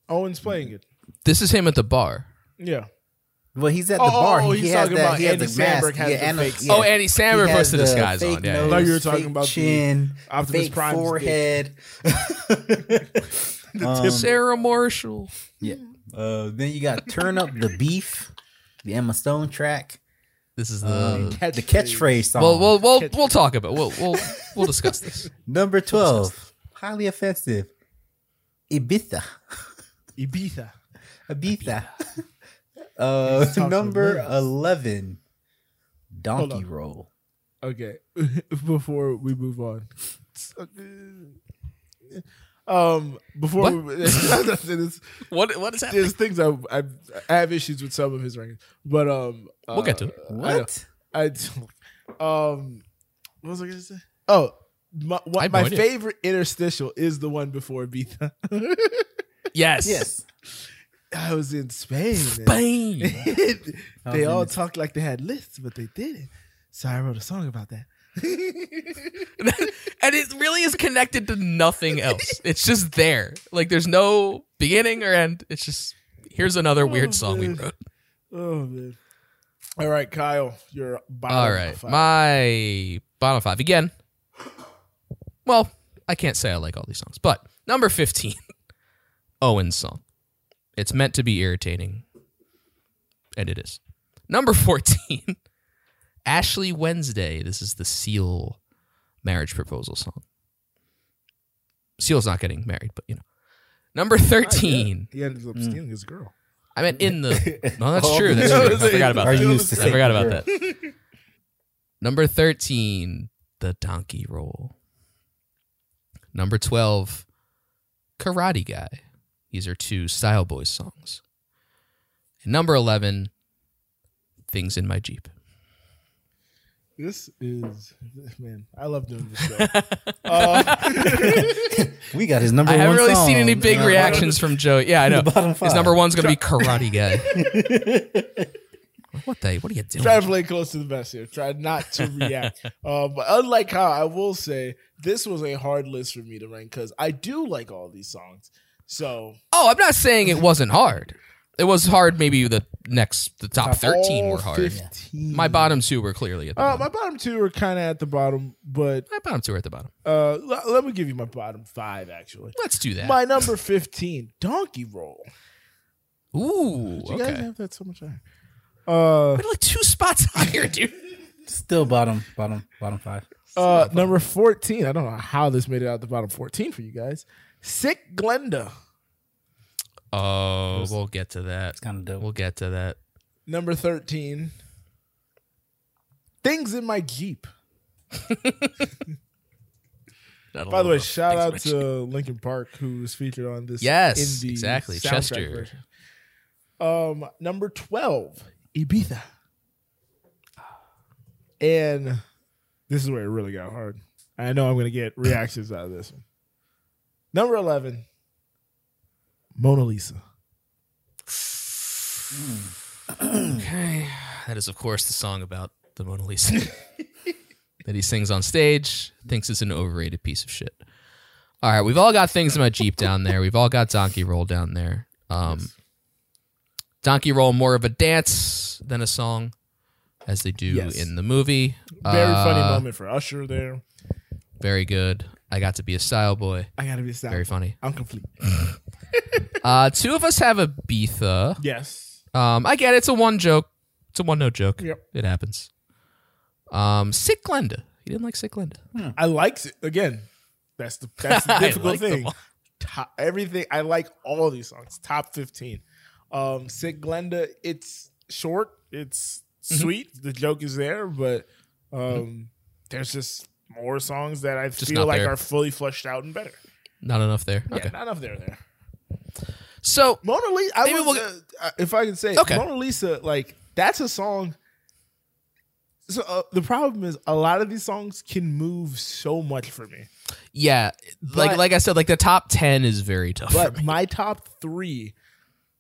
S1: Owen's playing it.
S2: This is him at the bar.
S1: Yeah.
S3: Well, he's at the
S1: Oh,
S3: bar.
S1: oh,
S3: he
S1: he's
S3: has
S1: talking
S3: that.
S1: about
S3: He has
S1: Andy
S3: the mask.
S1: Samberg has
S3: yeah,
S1: the
S3: and
S1: fake-
S2: Oh, Andy Samberg
S3: He has
S2: puts the disguise
S3: fake
S2: on. Yeah, yeah.
S3: nose,
S1: No, you were talking
S3: fake
S1: about the
S3: chin,
S1: Optimus
S3: fake
S1: Prime's dick.
S3: forehead. Um,
S2: Sarah Marshall.
S3: yeah. Uh, then you got turn up the beef, the Emma Stone track,
S2: This is the.
S3: the catchphrase song.
S2: well, we'll, we'll, we'll talk about We'll, we'll, we'll discuss this.
S3: Number twelve, highly offensive. Ibiza,
S1: Ibiza.
S3: Ibiza.
S1: He's
S3: uh,
S1: talking
S3: number
S1: about this.
S3: eleven, Donkey
S1: on.
S3: Roll.
S1: Okay. Before we move on. Um, before
S2: What?
S1: we, there's,
S2: What, what is happening?
S1: there's things I, I I have issues with some of his rankings, but um,
S2: We'll get to it.
S3: What?
S1: I, um, what was I gonna say? Oh, my,
S2: I
S1: what,
S2: have no
S1: my
S2: idea.
S1: favorite interstitial is the one before Ibiza.
S2: Yes.
S3: Yes.
S1: I was in Spain. man.
S2: Bang.
S1: they all talked like they had lists, but they didn't. So I wrote a song about that.
S2: and it really is connected to nothing else. It's just there. Like there's no beginning or end. It's just here's another Oh, weird song we wrote.
S1: Oh man! All right, Kyle, you're bottom
S2: All right,
S1: five.
S2: my bottom five again. Well, I can't say I like all these songs, but number fifteen, Owen's song. It's meant to be irritating, and it is. Number fourteen, Ashley Wednesday. This is the Seal marriage proposal song. Seal's not getting married, but you know. Number thirteen.
S1: He ended up stealing his girl.
S2: I meant in the. No, that's
S3: Oh,
S2: true. That's
S1: yeah.
S2: true. I forgot about
S3: Are
S2: that.
S3: you used to
S2: I
S3: say
S2: forgot about
S3: girl?
S2: that. Number 13, the donkey roll. Number 12, Karate Guy. These are two Style Boys songs. And number 11, Things in My Jeep.
S1: This is man. I love doing this show. Uh,
S3: We got his number
S2: I
S3: one.
S2: haven't really seen
S3: song
S2: any big
S3: in our
S2: reactions from Joe. Yeah, I know.
S3: the bottom
S2: His
S3: five.
S2: number one's going to be Karate Guy. what the? What are you doing?
S1: try to play close to the vest here. Try not to react. uh, but unlike Kyle, I will say this was a hard list for me to rank because I do like all these songs. So
S2: Oh, I'm not saying it wasn't hard. It was hard. Maybe the next, the top Ah, thirteen
S1: All
S2: were hard.
S1: 15.
S2: My bottom two were clearly at the
S1: Uh,
S2: bottom.
S1: my bottom two are kind of at the bottom, but
S2: My bottom two are at the bottom.
S1: uh, l- let me give you my bottom five actually.
S2: Let's do that.
S1: My number fifteen, Donkey Roll.
S2: Ooh,
S1: Did you guys
S2: okay.
S1: have that so much higher? Uh,
S2: We're like two spots higher, dude.
S3: Still bottom, bottom, bottom five.
S1: uh, number fourteen. I don't know how this made it out the bottom fourteen for you guys. Sick Glenda.
S2: Oh, we'll get to that.
S3: It's kind of dope.
S2: We'll get to that.
S1: Number thirteen. Things in my Jeep. By the
S2: Oh,
S1: way, shout out to Lincoln Park, who was featured on this.
S2: Yes,
S1: indie
S2: exactly,
S1: soundtrack
S2: Chester.
S1: version. Um, number twelve, Ibiza, and this is where it really got hard. I know I'm going to get reactions out of this one. Number eleven, Mona Lisa.
S2: Okay. That is, of course, the song about the Mona Lisa that he sings on stage, thinks it's an overrated piece of shit. All right, we've all got things in my Jeep down there. We've all got Donkey Roll down there. Um, Donkey Roll, more of a dance than a song, as they do
S1: Yes.
S2: in the movie.
S1: Very funny
S2: Uh,
S1: moment for Usher there.
S2: Very good. I got to be a style boy.
S1: I got to be stopped.
S2: Very funny.
S1: I'm complete.
S2: Uh, two of us have a Betha.
S1: Yes.
S2: Um, I get it. It's a one joke. It's a one note joke.
S1: Yep.
S2: It happens. Um, sick Glenda. He didn't like sick Glenda.
S1: I liked it again. That's the that's the
S2: I
S1: difficult
S2: like them
S1: thing.
S2: all.
S1: Top, everything I like all these songs. Top fifteen. Um, Sick Glenda. It's short. It's
S2: Mm-hmm.
S1: sweet. The joke is there, but um, there's just more songs that I feel
S2: not
S1: like
S2: there.
S1: are fully fleshed out and better.
S2: Not enough there.
S1: Yeah,
S2: Okay.
S1: not enough there. There.
S2: So
S1: Mona Lisa. I
S2: Maybe
S1: was,
S2: we'll
S1: uh, if I can say,
S2: Okay.
S1: Mona Lisa. Like that's a song. So uh, the problem is a lot of these songs can move so much for me.
S2: yeah, like
S1: But-
S2: like I said, like the top ten is very tough. for
S1: But
S2: me.
S1: my top three,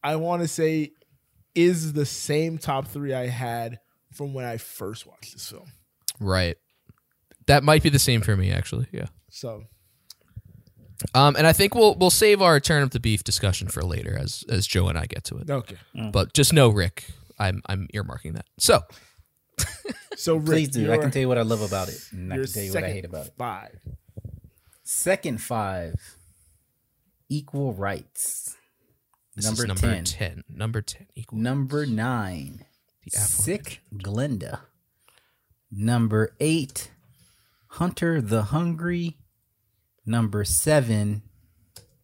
S1: I want to say, is the same top three I had from when I first watched this film.
S2: right. That might be the same for me actually. Yeah.
S1: So
S2: Um, and I think we'll we'll save our turn up the beef discussion for later as as Joe and I get to it.
S1: okay.
S2: But just know, Rick, I'm I'm earmarking that. So
S1: So Rick,
S3: Please do. I
S1: your-
S3: can tell you what I love about it, and I
S1: your
S3: can tell you what I
S1: second
S3: hate about it.
S1: Five.
S3: Second five, equal rights.
S2: this
S3: number
S2: is number
S3: 10.
S2: ten. Number ten equal
S3: Number nine,
S2: the
S3: sick Glenda. Number eight, Hunter the Hungry. Number seven,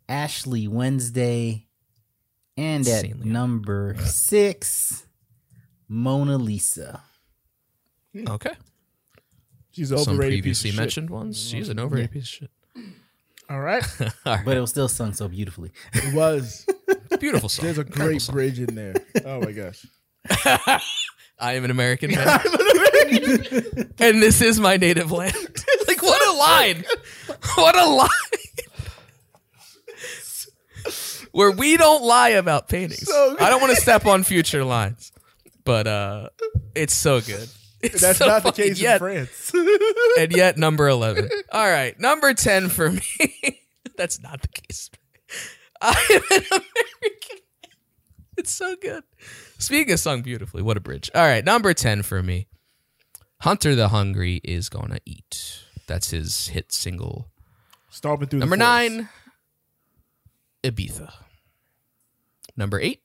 S3: Ashley Wednesday. And at
S2: Insanely-
S3: number six, Mona Lisa.
S2: aforementioned. Okay.
S1: She's
S2: Some
S1: overrated. piece of
S2: previously
S1: shit.
S2: mentioned ones. She's an overrated piece of shit.
S1: All right.
S3: But it was still sung so beautifully.
S1: It was.
S2: Beautiful song.
S1: There's a
S2: Incredible
S1: great
S2: song.
S1: bridge in there. Oh my gosh.
S2: I am an American man. and this is my native land. like what a line. What a line. Where we don't lie about paintings.
S1: So good.
S2: I don't want to step on future lines. But uh it's so good. It's
S1: That's
S2: so
S1: not the
S2: fucking-
S1: case in
S2: yet-
S1: France.
S2: And yet number 11. All right, number 10 for me. That's not the case. I am an American. It's so good. Speaking of sung beautifully, what a bridge. All right, number 10 for me. Hunter the Hungry is gonna eat. That's his hit single.
S1: Stomping through the
S2: Number
S1: forest.
S2: nine, Ibiza. Number eight,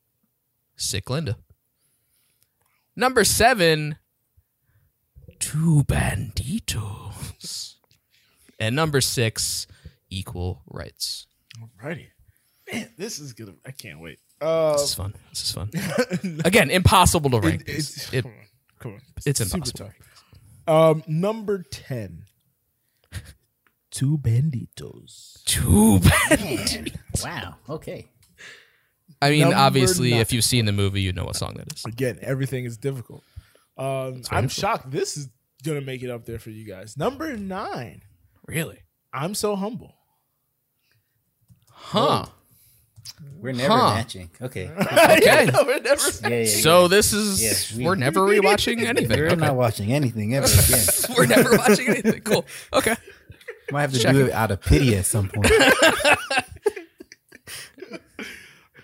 S2: Sick Linda. Number seven, Two Banditos. And number six, Equal Rights.
S1: Alrighty. Man, this is good. I can't wait. Uh,
S2: This is fun. This is fun. Again, impossible to rank.
S1: it-
S2: these.
S1: it's,
S2: It-
S1: come on, come on.
S2: it's
S1: Super
S2: impossible.
S1: Um, number ten. Two banditos.
S2: Two Banditos.
S3: Wow. Okay.
S2: I mean,
S1: Number
S2: obviously,
S1: nine.
S2: if you've seen the movie, you know what song that is.
S1: Again, everything is difficult. Um, I'm shocked. This is gonna make it up there for you guys. Number nine.
S2: Really?
S1: I'm so humble.
S2: Huh.
S3: We're never
S2: Huh.
S3: matching. Okay.
S2: Okay.
S1: We're never-
S3: Yeah, yeah, yeah.
S2: So this is
S3: Yes, we-
S2: we, are never rewatching anything.
S3: we're
S2: Okay.
S3: not watching anything ever again.
S2: we're never watching anything. Cool. Okay.
S3: Might have to
S2: Check
S3: do
S2: it.
S3: it out of pity at some point.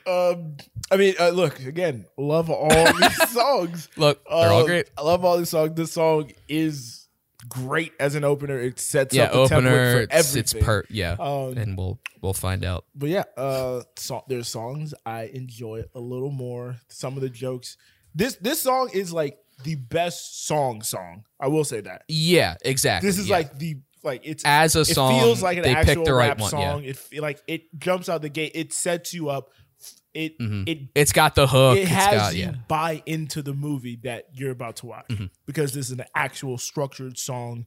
S1: um, I mean, uh, look again. Love all these songs.
S2: Look, they're all
S1: Uh,
S2: great.
S1: I love all these songs. This song is great as an opener. It sets
S2: Yeah,
S1: up the template for
S2: opener. It's,
S1: everything.
S2: it's per yeah,
S1: Um,
S2: and we'll we'll find out.
S1: but yeah, uh, so, there's songs I enjoy a little more. Some of the jokes. This this song is like the best song song. I will say that.
S2: Yeah, exactly.
S1: This is
S2: yeah.
S1: like the like it's
S2: as a
S1: it
S2: song.
S1: feels like an
S2: they
S1: actual
S2: picked the right
S1: rap
S2: one.
S1: song.
S2: Yeah,
S1: It fe- like it jumps out the gate. It sets you up. It
S2: Mhm.
S1: it
S2: it's got the hook.
S1: it
S2: it's
S1: has
S2: got Mm-hmm.
S1: you
S2: yeah.
S1: buy into the movie that you're about to watch because this is an actual structured song.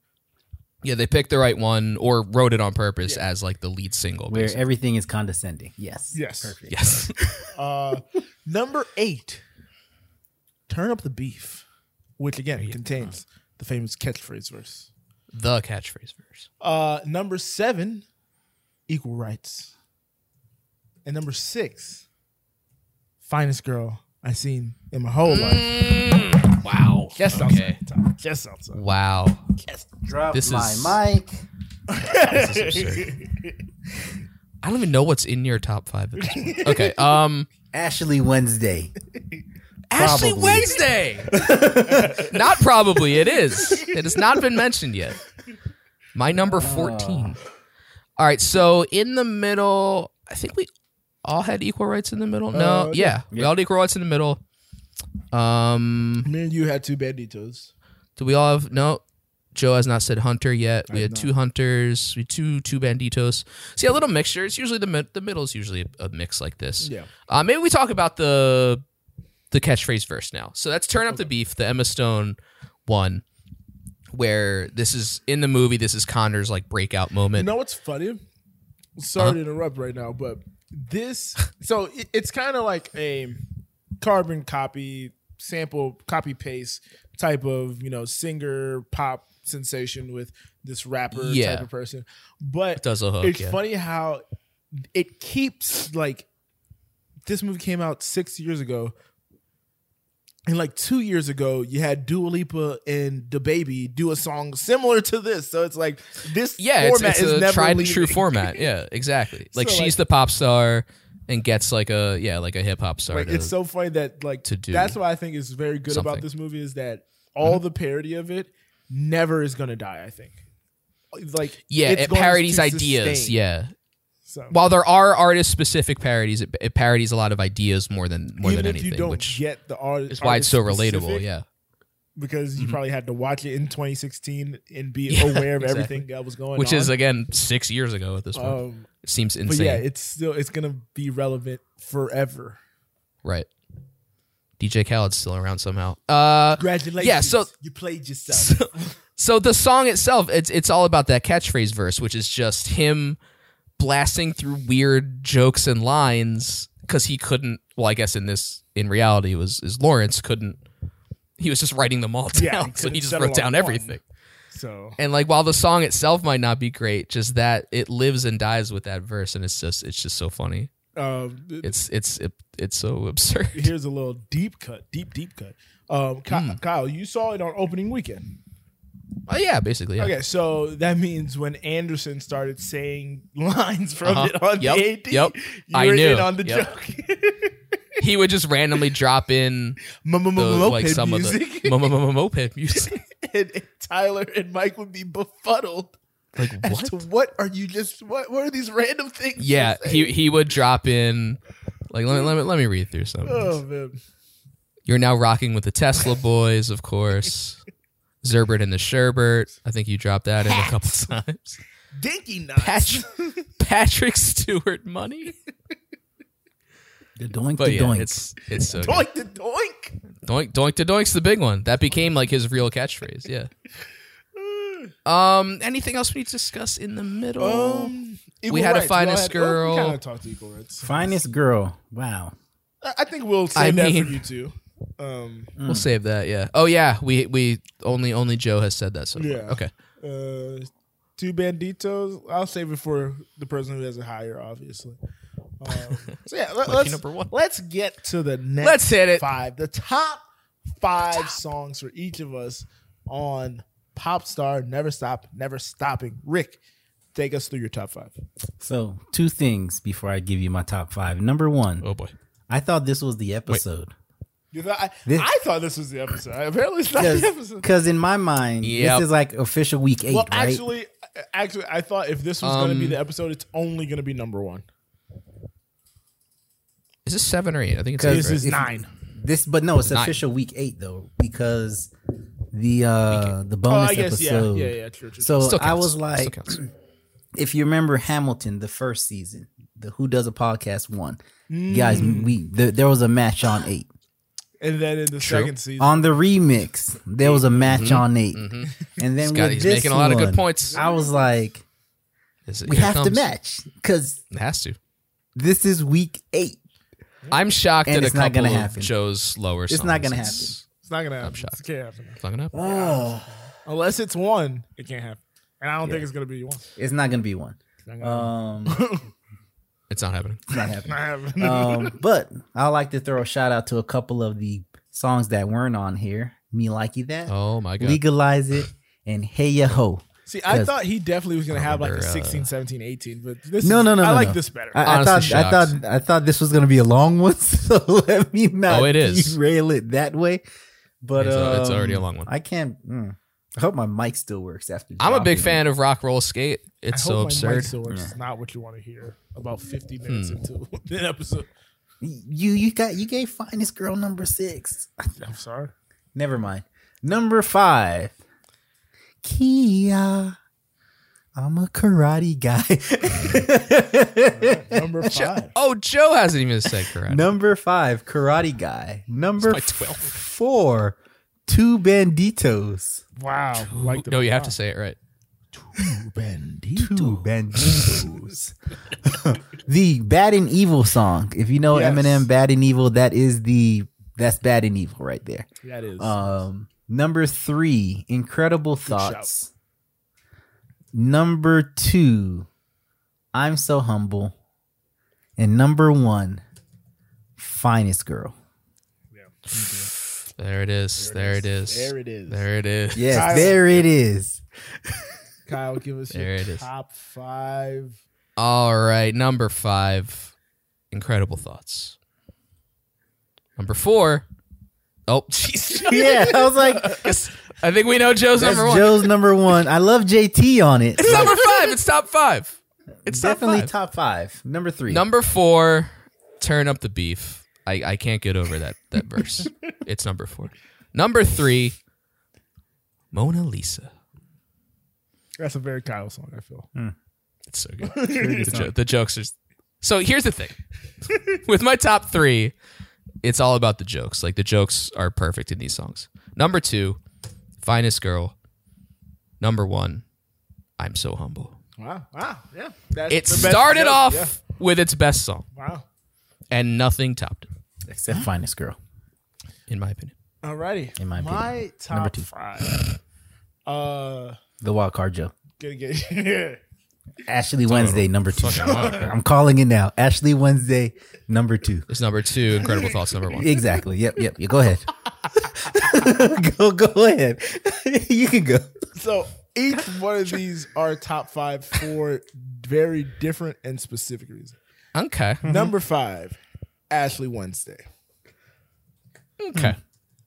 S2: Yeah, they picked the right one or wrote it on purpose
S1: Yeah.
S2: as like the lead single.
S3: Where
S2: basically.
S3: everything is condescending. Yes.
S1: Yes.
S3: Perfect.
S2: yes.
S1: Uh, number eight, turn up the beef, which again contains the famous catchphrase verse.
S2: the catchphrase verse.
S1: Uh, number seven, equal rights, and number six, finest girl I seen in my whole life.
S2: Wow.
S1: Just
S2: okay.
S1: outside, just outside.
S2: Wow.
S3: Drop
S2: This
S3: my
S2: is-
S3: mic.
S2: I don't even know what's in your top five. At this point. Okay. Um.
S3: Ashley Wednesday.
S2: Ashley
S3: Probably.
S2: Wednesday. not probably. It is. It has not been mentioned yet. My
S1: Ah.
S2: number fourteen. All right. So in the middle, I think we all had equal rights in the middle. No.
S1: Uh,
S2: yeah. We all had equal rights in the middle. Um.
S1: Me and you had two banditos.
S2: Do we all have no? Joe has not said hunter yet. We
S1: I
S2: had
S1: have
S2: two hunters, we two two banditos. See a little mixture. It's usually the mid, the middle is usually a, a mix like this.
S1: Yeah.
S2: Uh, maybe we talk about the the catchphrase verse now. So that's turn up the beef, the Emma Stone one, where this is in the movie. This is Connor's like breakout moment.
S1: You know what's funny? Sorry to interrupt right now, but this so it, it's kind of like a carbon copy, sample copy paste type of you know singer pop sensation with this rapper
S2: Yeah.
S1: type of person, but
S2: It does a hook.
S1: it's
S2: yeah.
S1: funny how it keeps like this movie came out six years ago. And like two years ago, you had Dua Lipa and the Baby do a song similar to this. So it's like this
S2: Yeah, it's,
S1: format
S2: it's
S1: is
S2: a
S1: never
S2: tried and
S1: leaving.
S2: true format. Yeah, exactly. Like
S1: So,
S2: she's the
S1: like-
S2: pop star and gets like a yeah like a hip hop star.
S1: Like,
S2: to-
S1: it's so funny that like
S2: to do
S1: that's what I think is very good about
S2: something. Mm-hmm.
S1: this movie is that all the parody of it never is gonna die. I think. Like
S2: yeah,
S1: it's
S2: it
S1: going
S2: parodies
S1: to
S2: ideas.
S1: sustain.
S2: Yeah,
S1: So.
S2: while there are artist specific parodies, it, it parodies a lot of ideas more than more
S1: Even
S2: than
S1: if
S2: anything,
S1: you don't
S2: which
S1: get the art,
S2: is why it's so relatable.
S1: artist-specific,
S2: Yeah,
S1: because you probably had to watch it in 2016 and be
S2: Mm-hmm. Yeah,
S1: aware of
S2: exactly.
S1: everything that was going
S2: which
S1: on.
S2: is again six years ago at this point.
S1: um,
S2: It seems
S1: but
S2: insane,
S1: yeah, it's still it's gonna be relevant forever.
S2: right? DJ Khaled's still around somehow. Uh,
S1: Congratulations,
S2: Yeah, so-
S1: you played yourself.
S2: so, so the song itself, it's it's all about that catchphrase verse, which is just him blasting through weird jokes and lines because he couldn't. Well, I guess in this, in reality, it was is Lawrence couldn't. He was just writing them all down,
S1: Yeah, he
S2: so
S1: couldn't
S2: he just
S1: settle
S2: wrote down
S1: on one.
S2: everything.
S1: so
S2: And like while the song itself might not be great, just that it lives and dies with that verse, and it's just it's just so funny.
S1: um, th-
S2: It's it's it, it's so absurd.
S1: here's a little deep cut, deep deep cut. Um, Ky-
S2: Hmm.
S1: Kyle, you saw it on opening weekend.
S2: Oh yeah, basically. Yeah.
S1: Okay, so that means when Anderson started saying lines from
S2: Uh-huh.
S1: it on
S2: Yep,
S1: the AD,
S2: yep.
S1: you
S2: I
S1: were
S2: knew.
S1: in on the
S2: Yep.
S1: joke.
S2: He would just randomly drop in the, like
S1: Moped
S2: some of
S1: music,
S2: the mo- mo- mo- mo- moped music.
S1: and and Tyler and Mike would be befuddled.
S2: Like
S1: as
S2: what?
S1: to what are you just what what are these random things? you're
S2: Yeah,
S1: saying?
S2: he he would drop in. Like let me let me let me read through some. of
S1: Oh
S2: these.
S1: man.
S2: You're now rocking with the Tesla Boys, of course. Zerbert and the Sherbert. I think you dropped that in a couple times.
S1: Dinky nuts.
S2: Patch- Patrick Stewart money.
S3: The doink
S2: But
S3: the
S2: yeah,
S3: doink.
S2: it's it's so good.
S1: doink the doink.
S2: Doink doink to doink's the big one. That became like his real catchphrase. Yeah. Um. Anything else we need to discuss in the middle?
S1: Um,
S2: We had a finest girl.
S1: kind of talked to equal rights.
S3: Finest girl. Wow.
S1: I I think we'll save
S2: I
S1: that for
S2: mean-
S1: you two. Um,
S2: we'll save that. Yeah. Oh yeah. We we only only Joe has said that so far.
S1: Yeah.
S2: Okay.
S1: uh, two banditos. I'll save it for the person who has it higher, obviously. Um, so yeah, let,
S2: Lucky
S1: us
S2: number one.
S1: let's get to the next.
S2: Let's hit it.
S1: Five, the top five songs for each of us on Pop Star Never Stop, Never Stopping. Rick, take us through your top five.
S3: So, two things before I give you my top five. Number one,
S2: Oh boy.
S3: I thought this was the episode.
S1: You thought I,
S3: This-
S1: I thought this was the episode. Apparently, it's not the episode.
S3: Because in my mind,
S2: Yep.
S3: this is like official week eight,
S1: Well,
S3: right?
S1: actually, actually, I thought if this was going to be
S2: Um,
S1: the episode, it's only going to be number one.
S2: Is this seven or eight? I think it's eight.
S1: This
S3: if-
S2: right?
S1: is nine.
S3: this, but no, it's
S2: Nine.
S3: official week eight though because the uh the bonus episode.
S1: Oh, yeah, yeah, yeah. True, true.
S3: So
S2: Still
S3: I
S2: counts.
S3: was
S2: Still
S3: like,
S2: counts.
S3: if you remember Hamilton, the first season, the Who Does a Podcast one, guys,
S1: Mm.
S3: we th- there was a match on eight.
S1: and then in the
S2: True.
S1: second season,
S3: On the remix, there was a match on 8 and then
S2: Scott,
S3: with
S2: he's
S3: this
S2: Mm-hmm. making a lot of good
S3: one,
S2: points.
S3: I was like,
S2: This-
S3: we
S2: here it
S3: have to
S2: comes.
S3: match because
S2: It has to.
S3: this is week eight.
S2: I'm shocked
S3: And
S2: that a
S3: it's not
S2: couple
S3: gonna
S2: of
S3: happen.
S2: Joe's lower.
S3: It's not gonna
S1: it's not going to happen.
S2: shocked.
S1: It can't happen.
S2: It's not gonna happen.
S3: Oh,
S1: Unless it's one, it can't happen. And I don't think it's going to be one.
S3: it's not gonna be one.
S1: It's not gonna
S3: Um, it's
S2: It's not happening.
S3: not
S1: Uh,
S3: happening.
S1: happen.
S3: Um, but I like to throw a shout out to a couple of the songs that weren't on here. Me likey that,
S2: Oh my god.
S3: legalize it, and hey ya ho.
S1: See, I
S3: yes.
S1: thought he definitely was going to have like a
S2: Or, uh,
S1: 16, 17, 18, but this
S3: No,
S1: is-
S3: no, no,
S1: I
S3: no,
S1: like
S3: no.
S1: this better.
S3: I, I
S2: Honestly
S3: thought I
S2: shocked.
S3: thought I thought this was gonna be a long one, so let me not
S2: Oh, it is.
S3: derail it that way. But
S2: It's a-
S3: um,
S2: it's already a long one.
S3: I can't. mm. I hope my mic still works after.
S2: I'm a
S3: dropping
S2: big
S3: it.
S2: fan of rock roll skate.
S1: I
S2: It's
S1: hope
S2: so absurd.
S1: my
S2: Hmm.
S1: mic still works. It's not what you want to hear about 50 minutes into the episode.
S3: You you got you gave finest girl number six.
S1: I'm sorry.
S3: Never mind. Number five, Kia. I'm a karate guy.
S1: Number five.
S2: Oh, Joe hasn't even said correct.
S3: Number five, karate guy. Number
S2: my 12.
S3: four, two banditos.
S1: Wow. Like the
S2: no, you have to say it right.
S3: Two banditos. the Bad and Evil song. If you know
S1: Yes.
S3: Eminem, Bad and Evil, that is the that's Bad and Evil right there.
S1: That is.
S2: Uh,
S3: Um, number three, Incredible
S1: shout.
S3: Thoughts. Number two, I'm So Humble. And number one, Finest Girl.
S2: There it is. There it is.
S1: there it is.
S2: There it is.
S3: Yes,
S1: Tyler.
S3: there it is.
S1: Kyle, give us
S2: There
S1: your
S2: it is.
S1: top five.
S2: All right, number five, incredible thoughts. Number four, oh, jeez.
S3: Yeah, I was like,
S2: I think we know Joe's
S3: that's
S2: number one.
S3: Joe's number one. I love JT on it.
S2: It's number five. It's top five. It's
S3: Definitely
S2: top five.
S3: top five. Number three.
S2: Number four, turn up the beef. I, I can't get over that that verse. it's number four. Number three, Mona Lisa.
S1: That's a very Kyle song, I feel.
S2: Hmm. It's so good. the, jo- the jokes are. So here's the thing. With my top three, it's all about the jokes. Like the jokes are perfect in these songs. Number two, finest girl. Number one, I'm so humble.
S1: Wow. Wow. Yeah. That's
S2: It
S1: the best
S2: started
S1: joke.
S2: off
S1: Yeah.
S2: with its best song,
S1: Wow.
S2: and nothing topped it,
S3: Except Finest Girl.
S2: in my opinion.
S1: Alrighty.
S3: In my
S1: my
S3: opinion. Number
S1: top
S3: two.
S1: five. Uh,
S3: The Wild Card Joe.
S1: get get yeah.
S3: Ashley Wednesday, number two. I'm calling it now. Ashley Wednesday, number two.
S2: It's number two, incredible thoughts. Number one.
S3: Exactly. Yep. Yep. Yeah, go ahead. go. Go ahead. you can go.
S1: So each one of these are top five for very different and specific reasons.
S2: Okay.
S3: Mm-hmm.
S1: Number five, Ashley Wednesday.
S2: Okay.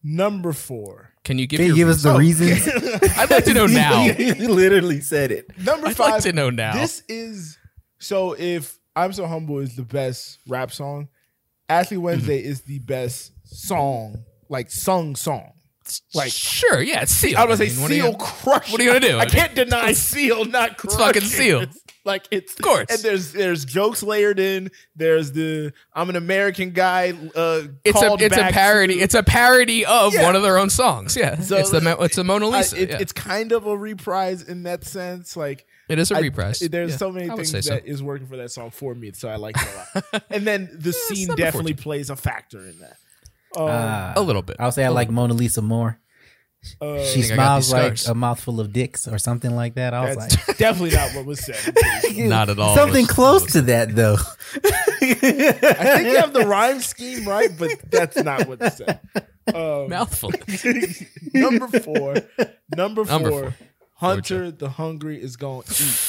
S1: Number four.
S2: Can you give?
S3: Can you
S2: your
S3: give us the
S2: reason?
S3: reasons?
S2: I'd like to know now.
S3: Oh, you literally said it.
S1: Number
S2: I'd
S1: five.
S2: like to know now.
S1: This is so if I'm So Humble is the best rap song, Ashley Wednesday
S3: Mm-hmm.
S1: is the best song, like sung song. Like
S2: sure. Yeah. It's sealed.
S1: I'm gonna say
S2: I mean, what are you-
S1: Seal crush.
S2: what are you gonna do?
S1: I can't deny Seal not crushing.
S2: it's fucking Seal.
S1: It's- like it's of
S2: course.
S1: And there's there's jokes layered in. There's the I'm an American guy. Uh,
S2: it's a
S1: called
S2: it's a
S1: back
S2: parody.
S1: to-
S2: It's a parody of
S1: Yeah.
S2: one of their own songs. Yeah,
S1: So-
S2: it's the Mo- it's a Mona
S1: I-
S2: Lisa.
S1: it-
S2: yeah.
S1: It's kind of a reprise in that sense. Like
S2: It is a
S1: I-
S2: reprise.
S1: there's
S2: Yeah,
S1: so many
S2: I would
S1: things that
S2: say
S1: is
S2: so.
S1: working for that song for me, so I like it a lot. and then the scene
S2: number
S1: definitely plays a factor in that. Um,
S2: a little bit.
S3: I'll say I like Mona Lisa more.
S1: uh,
S3: She
S2: think I got these
S3: smiles like
S2: scars.
S3: a mouthful of dicks or something like that. I was
S1: that's
S3: like,
S1: definitely not what was said. I
S2: Not at all.
S3: something
S2: It's-
S3: close to that though.
S1: think you have the rhyme scheme right, but that's not what was said. Um,
S2: mouthful.
S1: number four, number four,
S2: Number four.
S1: Hunter the Hungry is going to eat.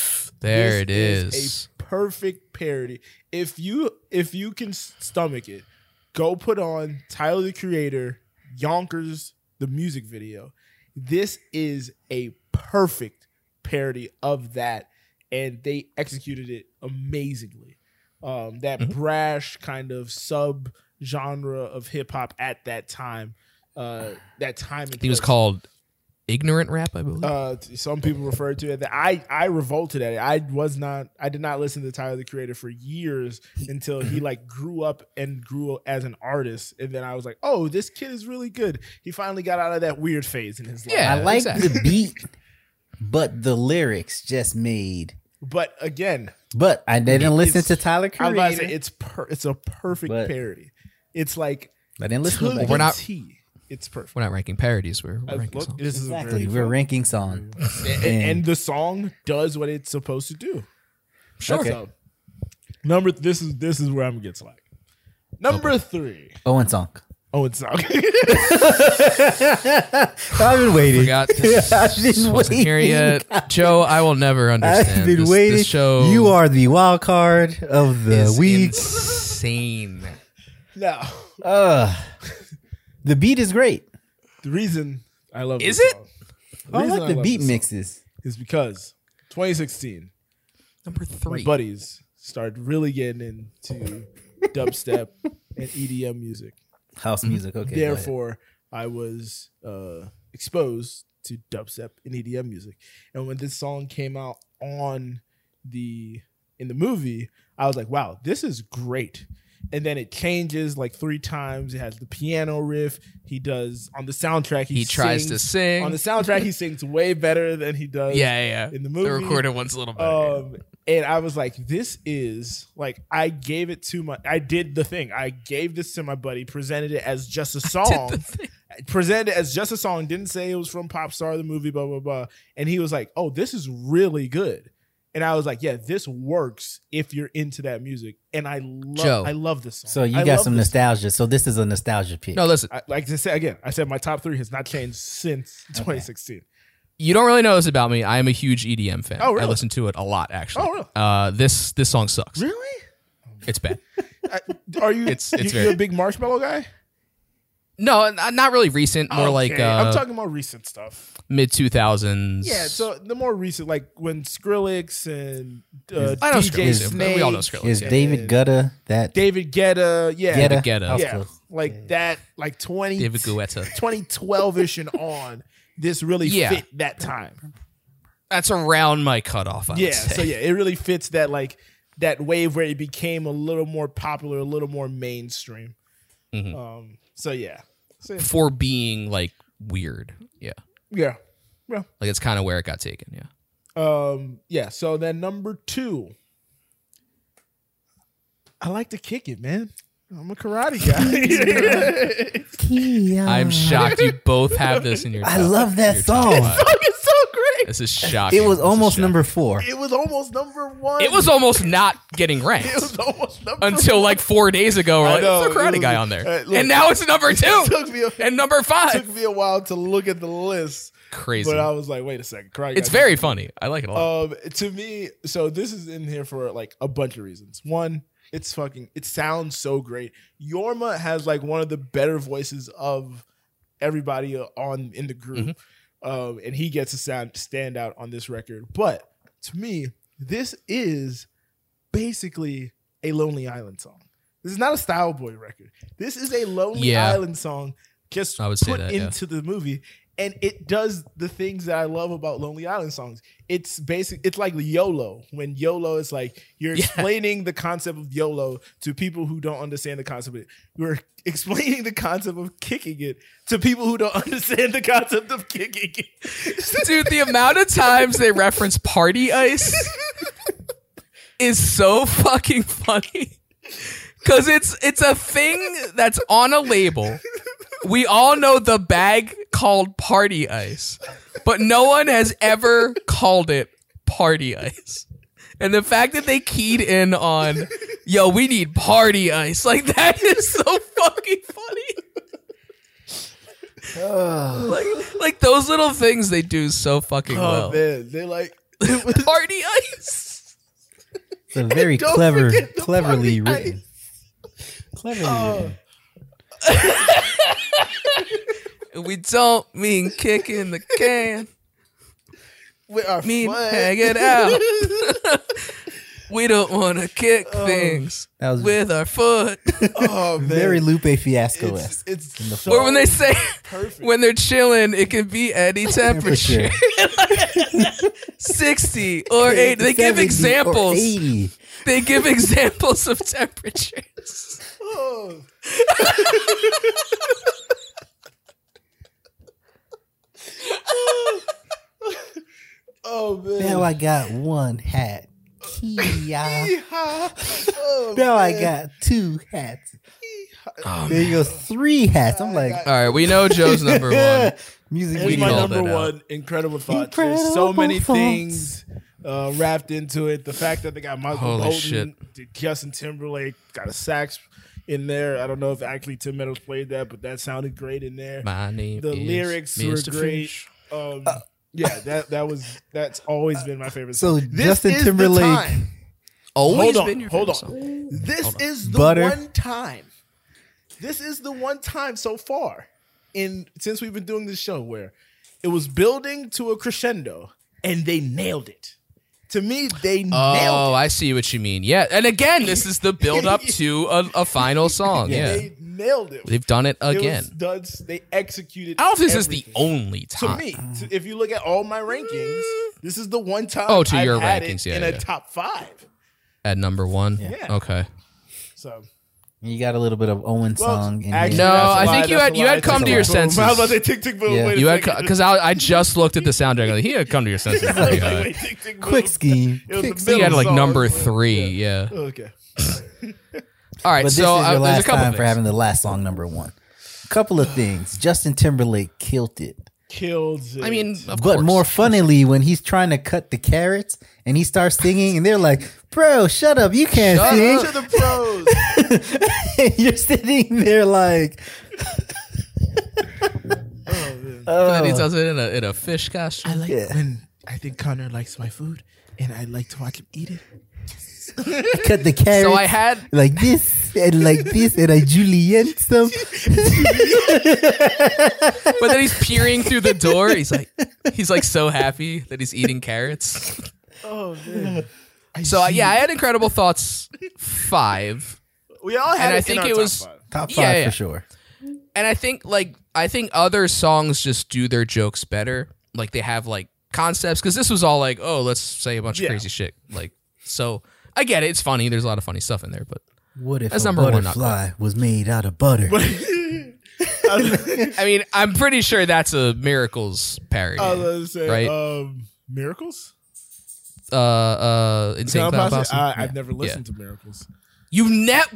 S2: there it
S1: This
S2: is.
S1: a perfect parody. If you if you can stomach it, go put on Tyler the Creator, Yonkers, the music video. This is a perfect parody of that, and they executed it amazingly. Um, that
S2: Mm-hmm.
S1: brash kind of sub genre of hip hop at that time, uh, that time. and
S2: He was
S1: place.
S2: called ignorant rap, I believe.
S1: Uh, t- some people refer to it. That I I revolted at it. I was not. I did not listen to Tyler the Creator for years until he like grew up and grew as an artist, and then I was like, oh, this kid is really good. He finally got out of that weird phase in his life.
S2: Yeah,
S3: I like
S2: exactly.
S3: the beat, but the lyrics just made.
S1: But again,
S3: But I didn't listen
S1: It's-
S3: to
S1: I
S3: Tyler
S1: was
S3: Creator.
S1: about
S3: I,
S1: to say it's per, it's a perfect
S3: But-
S1: parody. It's like
S3: didn't listen
S1: to
S3: to
S1: the
S3: that.
S2: We're not-
S1: T. It's perfect.
S2: we're not ranking parodies. We're, we're
S1: Uh,
S2: ranking
S1: look,
S2: songs.
S1: this is a
S3: Exactly.
S1: very-
S3: We're ranking song.
S2: Mm.
S1: and, and the song does what it's supposed to do.
S3: Sure. Okay.
S1: So, number this is this is where I'm gonna get slack. Number three.
S3: Owen song.
S1: Oh, it's not.
S3: I've been waiting.
S2: Forgot this,
S3: I've been
S2: just wasn't here
S3: waiting.
S2: yet. Joe, I will never understand.
S3: I've been
S2: this,
S3: waiting.
S2: This show
S3: you are the wild card of the
S2: is
S3: week.
S2: insane.
S1: no.
S3: Ugh. the beat is great.
S1: The reason I love
S2: Is it?
S1: this song
S3: I
S1: reason I
S3: like the
S1: love
S3: beat
S1: this song.
S3: mixes.
S1: is because 2016,
S2: Number
S1: my
S2: three.
S1: buddies started really getting into dubstep and EDM music.
S3: House music. Okay. go ahead.
S1: Therefore, I was uh, exposed to dubstep and EDM music. And when this song came out on the in the movie, I was like, "Wow, this is great." And then it changes like three times. It has the piano riff. He does on the soundtrack. He,
S2: he tries to
S1: sings-
S2: sing.
S1: on the soundtrack. he sings way better than he does.
S2: yeah, yeah, yeah.
S1: in the
S2: The
S1: movie.
S2: recorded one's a little better.
S1: Um, and I was like, this is like I gave it to my I did the thing. I gave this to my buddy, presented it as just a song. presented it as just a song, didn't say it was from Popstar the movie, blah blah blah. And he was like, Oh, this is really good. And I was like, Yeah, this works if you're into that music. And I
S2: Joe.
S1: love I love this song.
S3: So you
S1: I
S3: got
S1: love
S3: some
S1: this-
S3: nostalgia. So this is a nostalgia pick.
S2: no, listen.
S1: I, like to say again, I said my top three has not changed since 2016.
S2: You don't really know this about me. I am a huge EDM fan.
S1: Oh, really?
S2: I listen to it a lot, actually.
S1: Oh, really?
S2: Uh, this this song sucks.
S1: Really?
S2: It's bad.
S1: I, are you?
S2: It's- it's
S1: you,
S2: very-
S1: you a big marshmallow guy?
S2: No, n- uh, not really recent. More like
S1: Okay,
S2: uh,
S1: I'm talking about recent stuff.
S2: mid two thousands.
S1: Yeah, so the more recent, like when Skrillex and uh,
S3: Is-
S2: I know
S1: DJ
S2: Skrillex.
S1: Snake,
S2: We all know Skrillex.
S3: Is
S1: yeah.
S3: David Gutta that?
S1: David Guetta, yeah,
S3: Guetta.
S2: Guetta.
S3: I was
S1: yeah,
S3: close.
S1: like that, like 20,
S2: David Guetta.
S1: 2012 ish and on. This really
S2: Yeah.
S1: fit that time.
S2: That's around my cutoff. I would
S1: Yeah,
S2: say.
S1: so yeah, it really fits that like that wave where it became a little more popular, a little more mainstream.
S2: Mhm.
S1: Um, so yeah, so yeah,
S2: for being like weird. Yeah.
S1: yeah. yeah.
S2: Like it's kind of where it got taken. Yeah.
S1: Um, yeah. So then number two, I like to kick it, man. I'm a karate guy.
S2: I'm shocked you both have this in your.
S3: I
S2: top-
S3: love that
S2: your top
S3: song.
S2: five.
S1: it's so great.
S2: This is shocking.
S3: It was
S2: This is
S3: almost
S2: shocking.
S3: number four.
S1: It was almost number one.
S2: It was almost not getting
S1: It
S2: ranked
S1: was almost number
S2: until like four days ago. We're
S1: I
S2: like,
S1: know,
S2: it's a
S1: it
S2: karate
S1: was-
S2: guy on there,
S1: uh, look-
S2: and now it's number two
S1: It took me a,
S2: and number
S1: took
S2: five.
S1: me a while to look at the list,
S2: Crazy.
S1: but I was like, wait a second, karate.
S2: It's
S1: guy
S2: very funny. I like it a lot.
S1: Um, to me, so this is in here for like a bunch of reasons. One, it's fucking, it sounds so great. Yorma has like one of the better voices of everybody on in the group,
S2: Mm-hmm.
S1: um, and he gets a sound stand out on this record. But to me, this is basically a Lonely Island song. This is not a Style Boy record. This is a Lonely
S2: Yeah.
S1: Island song, just
S2: I would say
S1: put
S2: that, yeah.
S1: into the movie, and it does the things that I love about Lonely Island songs. It's basic. It's like YOLO. When YOLO is like you're
S2: Yeah.
S1: explaining the concept of YOLO to people who don't understand the concept. Of it. You're explaining the concept of kicking it to people who don't understand the concept of kicking it.
S2: Dude, the amount of times they reference party ice is so fucking funny. Cause it's it's a thing that's on a label. We all know the bag called party ice, but no one has ever called it party ice. And the fact that they keyed in on, yo, we need party ice, like that is so fucking funny. like, like those little things they do so fucking
S1: oh
S2: well.
S1: man, they're like.
S2: Party ice.
S3: It's a very
S1: Don't
S3: clever,
S1: forget the party
S3: cleverly written. Cleverly
S1: Oh,
S3: written.
S2: we don't mean kicking the can.
S3: With our
S2: Mean
S3: foot.
S2: hang it out. we don't want to kick
S1: Oh.
S2: things
S3: That was
S2: with our foot.
S5: Oh man,
S3: very Lupe Fiasco
S5: it's,
S3: esque.
S5: it's so
S2: or when they say
S5: perfect.
S2: when they're chilling, it can be any temperature, sixty or eight. They give examples.
S3: Eighty.
S2: They give examples of temperatures.
S5: Oh. oh
S3: Now
S5: man.
S3: I got one hat. Kia.
S5: Yeehaw. Oh,
S3: Now I
S5: man.
S3: got two hats.
S2: Oh,
S3: There you go, three hats. I'm like,
S2: All right, we know Joe's number one.
S3: Music
S2: We
S1: It's my
S3: video.
S2: called
S1: number
S2: it out.
S1: one incredible thought. There's so
S3: Incredible
S1: many
S3: thoughts.
S1: things uh, wrapped into it. The fact that they got Michael
S2: Holy
S1: Bolton, Justin Timberlake got a sax in there. I don't know if actually Tim Meadows played that, but that sounded great in there.
S2: My name
S1: The
S2: is
S1: lyrics were
S2: Mr.
S1: great.
S2: Fish.
S1: Um, yeah, that that was that's always been my favorite.
S3: So
S1: song.
S3: Justin
S5: is the
S3: Timberlake.
S5: time.
S2: Always
S1: Hold on,
S2: been your
S1: hold
S2: favorite
S1: on.
S2: song.
S5: This is the
S3: Butter.
S5: one time.
S1: this is the one time so far in since we've been doing this show where it was building to a crescendo and they nailed it. To me, they
S2: Oh,
S1: nailed it.
S2: I see what you mean. Yeah, and again, this is the build up to a, a final song. Yeah,
S1: They nailed it.
S2: they've done it
S1: It was
S2: again.
S1: duds. They executed.
S2: I don't know if this is the
S1: everything.
S2: only
S1: To
S2: time. Mm.
S1: me, to- if you look at all my rankings, this is the one time.
S2: Oh, to
S1: I've
S2: your
S1: had
S2: rankings,
S1: it
S2: yeah,
S1: in
S2: yeah.
S1: a top five.
S2: at number one.
S1: Yeah.
S2: Okay.
S1: So
S3: You got a little bit of Owen
S1: well,
S3: song in
S1: actually,
S3: here.
S2: No,
S1: that's a
S2: I
S1: lie,
S2: think you
S1: that's
S2: had-
S1: a
S2: you
S1: lie,
S2: had come
S1: that's a
S2: to your
S1: lie. Boom.
S2: senses.
S1: I was about to say tick tick boom.
S3: Yeah.
S1: Wait a
S2: You had
S1: second.
S2: because I, I just looked at the soundtrack. Like, he had come to your senses. Like, uh,
S1: Wait, tick, tick, boom.
S3: Quick scheme.
S1: It was
S3: Quick
S1: the
S2: so you had
S1: middle
S2: like
S1: song.
S2: number three. Yeah.
S1: Okay.
S2: All right.
S3: But this
S2: so
S3: is your
S2: uh, there's a
S3: last
S2: couple
S3: time
S2: things.
S3: for having the last song number one. Couple of things. Justin Timberlake killed it.
S1: Killed.
S2: I mean, of
S3: but
S2: course.
S3: more funnily, when he's trying to cut the carrots and he starts singing, and they're like, "Bro, shut up! You can't
S1: to the pros.
S3: sing." You're sitting there like, "Oh,
S2: But he does it in a, in a fish costume.
S1: like
S3: Yeah.
S1: when I think Connor likes my food, and I like to watch him eat it.
S3: "Cut the carrots."
S2: so I had
S3: like this and like this, and I Juliet some.
S2: But then he's peering through the door. He's like, he's like so happy that he's eating carrots.
S1: I
S2: So uh,
S1: see
S2: yeah, I had incredible thoughts five,
S1: it. we all
S2: and
S1: had. it
S2: I
S1: in
S2: think
S1: our
S2: it
S1: top
S2: was,
S1: five.
S3: Top five
S2: Yeah, yeah.
S3: for sure.
S2: and I think like I think other songs just do their jokes better. Like they have like concepts because this was all like, oh, let's say a bunch
S1: Yeah.
S2: of crazy shit. Like so, I get it. It's funny. There's a lot of funny stuff in there, but
S3: What if
S2: That's
S3: a
S2: number one, not
S3: butterfly was made out of butter?
S2: I mean, I'm pretty sure that's a miracles parody.
S1: I was gonna say,
S2: Right.
S1: um, miracles.
S2: uh, uh, insane
S1: Clown
S2: clown
S1: Posse?
S2: posse.
S1: I,
S3: Uh,
S1: I've never listened to miracles.
S2: you net.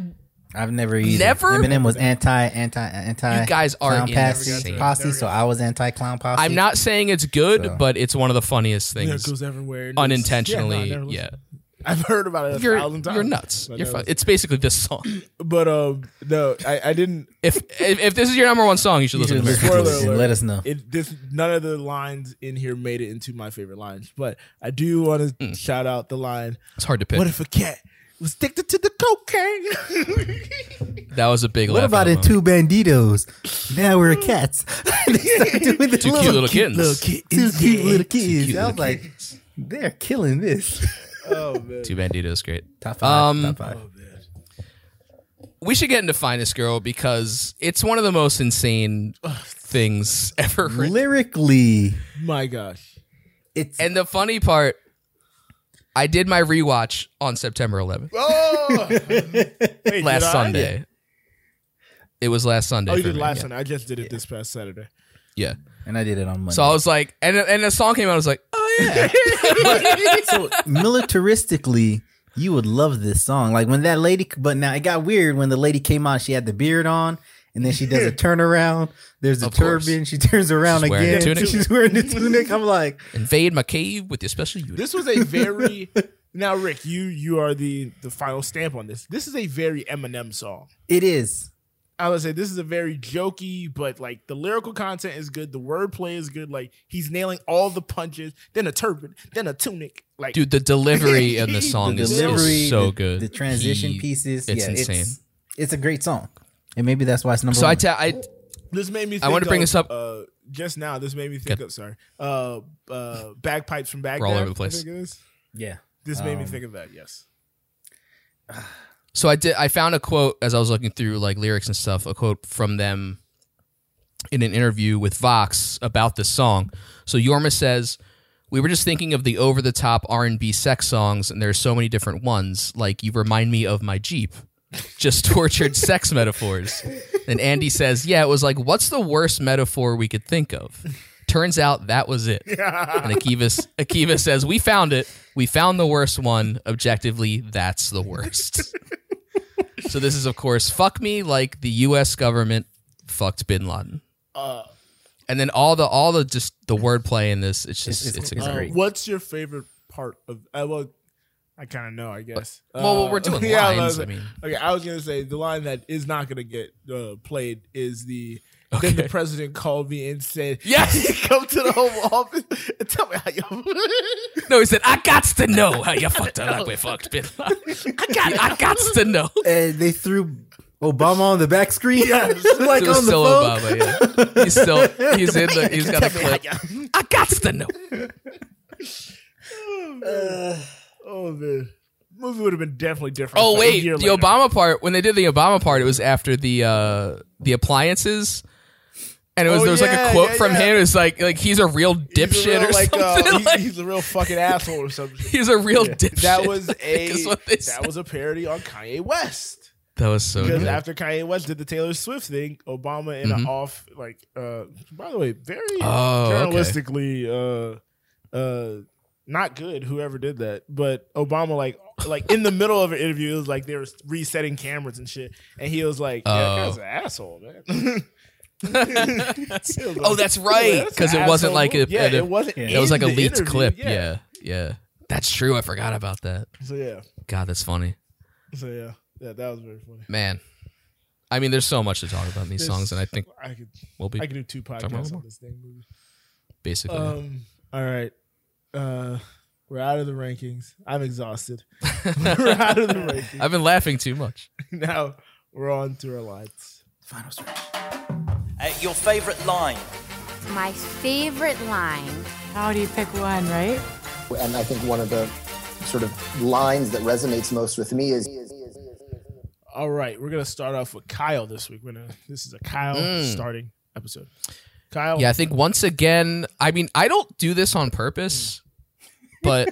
S3: I've never either.
S2: Never?
S3: Eminem was anti, anti, anti.
S2: You guys are
S3: clown posse,
S2: insane.
S3: posse. So I was anti clown posse.
S2: I'm not saying it's good,
S3: So-
S2: but it's one of the funniest things
S1: Miracles everywhere.
S2: unintentionally.
S1: Yeah, no, I never
S2: yeah,
S1: listened. I've heard about it a
S2: you're
S1: thousand times.
S2: you're nuts.
S1: But
S2: You're
S1: no.
S2: fun. It's basically this song.
S1: But um, no, I, I didn't.
S2: if, if if this is your number one song, you should listen
S3: Just
S2: to
S3: listen
S2: Miracles.
S3: to
S1: Spoiler
S3: it and
S1: alert.
S3: let us know.
S1: It this none of the lines in here made it into my favorite lines, but I do want to shout out the line.
S2: It's hard to pick.
S1: What if a cat was addicted to the cocaine?
S2: that was a big.
S3: What about in two banditos? Now we're cats. They start doing the
S2: Two cute little kittens.
S3: kittens. Two cute little kids.
S2: cute
S3: I was
S2: little
S3: like, they're killing this.
S1: oh man,
S2: Two Banditos? Great.
S3: Top five.
S2: Um,
S3: top five.
S2: We should get into Finest Girl because it's one of the most insane things ever. written.
S3: Lyrically,
S1: my gosh.
S3: it's
S2: And the funny part, I did my rewatch on September 11th,
S1: Oh,
S2: last
S1: Wait, did I?
S2: Sunday. It was last Sunday.
S1: Oh, you
S2: for
S1: did
S2: me,
S1: last
S2: yeah.
S1: Sunday. I just did it this past Saturday.
S2: Yeah.
S3: and I did it on Monday.
S2: So I was like, and and the song came out. I was like, oh yeah.
S3: so militaristically, you would love this song. Like when that lady, but now it got weird when the lady came on. She had the beard on, and then she does a turnaround. There's a
S2: Of course.
S3: turban. She turns around
S2: She's wearing a
S3: again.
S2: tunic.
S3: She's wearing the tunic. I'm like,
S2: Invade my cave with your special unit.
S1: This was a very now, Rick. You you are the the final stamp on this. This is a very Eminem song.
S3: it is.
S1: I would say this is a very jokey, but like the lyrical content is good. The wordplay is good. Like he's nailing all the punches. Then a turban. Then a tunic. Like
S2: Dude, the delivery in the
S1: The
S2: song
S3: The
S2: is, is
S3: delivery,
S2: so
S3: the,
S2: good.
S3: the transition
S2: He-
S3: pieces.
S2: it's
S3: yeah,
S2: insane.
S3: It's, it's a great song. and maybe that's why it's number
S2: So I
S3: one.
S2: tell I
S1: This made me. Think
S2: I wanna bring
S1: of,
S2: this up-
S1: uh, just now. This made me think
S2: Good.
S1: of sorry. Uh, uh, bagpipes from Baghdad.
S2: all over the
S1: I
S2: place.
S1: think it is.
S3: yeah.
S1: This made me
S3: Um,
S1: think of that. Yes.
S2: So I did. I found a quote as I was looking through like lyrics and stuff. A quote from them in an interview with Vox about this song. So Yorma says, "We were just thinking of the over-the-top R&B sex songs, and there's so many different ones. Like you remind me of my Jeep." Just tortured sex metaphors. And Andy says, Yeah, it was like, what's the worst metaphor we could think of? Turns out that was it. And Akiva, Akiva says, We found it. We found the worst one. Objectively, that's the worst. so this is, of course, fuck me like the US government fucked bin Laden.
S1: Uh,
S2: And then all the all the just the wordplay in this, it's just
S3: It's-
S2: it's,
S3: it's-
S1: uh,
S2: incredible.
S1: what's your favorite part of? Uh, well, I kind of know. I guess.
S2: well,
S1: Uh,
S2: we're doing
S1: yeah, I
S2: lines.
S1: was-
S2: I mean,
S1: Okay, I was gonna say the line that is not gonna get uh, played is the. Then
S2: Okay.
S1: the president called me and said,
S2: yes.
S1: "Come to the Home Office and tell me how you."
S2: No, he said, "I got to know how you fucked up like we fucked bin Laden. I got, I got to know."
S3: And Eh, they threw Obama on the back screen. like
S2: It
S3: on
S2: was
S3: the
S2: still
S3: phone.
S2: Obama. Yeah. He's still he's in the he's got a clip. I got to know.
S1: oh man, movie would have been definitely different.
S2: Oh
S1: if a
S2: wait, the
S1: year later.
S2: Obama part when they did the Obama part, it was after the uh the appliances. And it was
S1: Oh,
S2: there was like
S1: yeah,
S2: a quote
S1: yeah,
S2: from
S1: yeah.
S2: him. It was like like he's a real
S1: He's a
S2: dipshit
S1: real,
S2: or
S1: like, uh,
S2: something.
S1: he-
S2: like,
S1: he's a real fucking asshole or something.
S2: he's a real dipshit.
S1: That was
S2: I think
S1: a
S2: is what they
S1: that
S2: said.
S1: was a parody on Kanye West
S2: that was so
S1: because
S2: good.
S1: after Kanye West did the Taylor Swift thing, Obama in an
S2: Mhm.
S1: off like uh by the way very
S2: Oh, okay.
S1: journalistically uh uh not good whoever did that but Obama like like in the middle of an interview it was like they were resetting cameras and shit and he was like yeah that
S2: Oh.
S1: guy's an asshole man. He was
S2: oh,
S1: like,
S2: that's right.
S1: "That's an
S2: Because it wasn't
S1: asshole
S2: like a,
S1: move." yeah,
S2: a-
S1: it wasn't
S3: yeah,
S2: it was
S1: in
S2: like a
S1: the
S2: leaked
S1: interview.
S2: clip. Yeah. yeah, That's true. I forgot about that.
S1: so yeah
S2: God, that's funny,
S1: so yeah yeah that was very funny
S2: man. I mean, there's so much to talk about in these
S1: There's-
S2: songs, and I think
S1: I could
S2: we'll be
S1: I could do two
S2: about
S1: podcasts on
S2: Walmart?
S1: this thing.
S2: basically.
S1: Um. All right. Uh, we're out of the rankings. I'm exhausted. we're out of the rankings.
S2: I've been laughing too much.
S1: Now we're on to our lights.
S3: Final straw.
S7: Uh, your favorite line?
S8: My favorite line.
S9: How do you pick one, right?
S10: And I think one of the sort of lines that resonates most with me is
S1: All right. We're gonna start off with Kyle this week. We're gonna. This is a Kyle
S2: Mm.
S1: starting episode. Kyle.
S2: Yeah, I think once again, I mean, I don't do this on purpose, but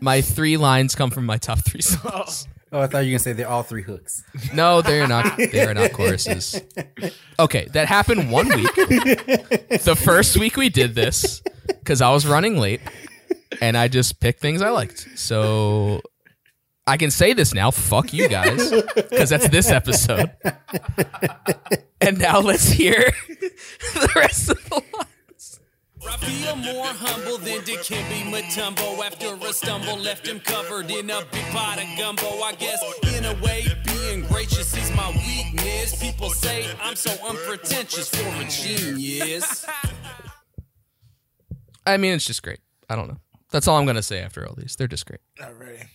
S2: my three lines come from my top three songs.
S3: Oh, I thought you were gonna say they're all three hooks.
S2: No, they're not. They're not choruses. Okay, that happened one week. The first week we did this because I was running late, and I just picked things I liked. So I can say this now. Fuck you guys, because that's this episode. And now let's hear the rest of the line.
S7: I feel more humble than Dick Kimby Matumbo after a stumble left him covered in a big pot of gumbo. I guess in a way, being gracious is my weakness. People say I'm so unpretentious for a genius.
S2: I mean, it's just great. I don't know. That's all I'm gonna say after all these. They're just great.
S1: All right.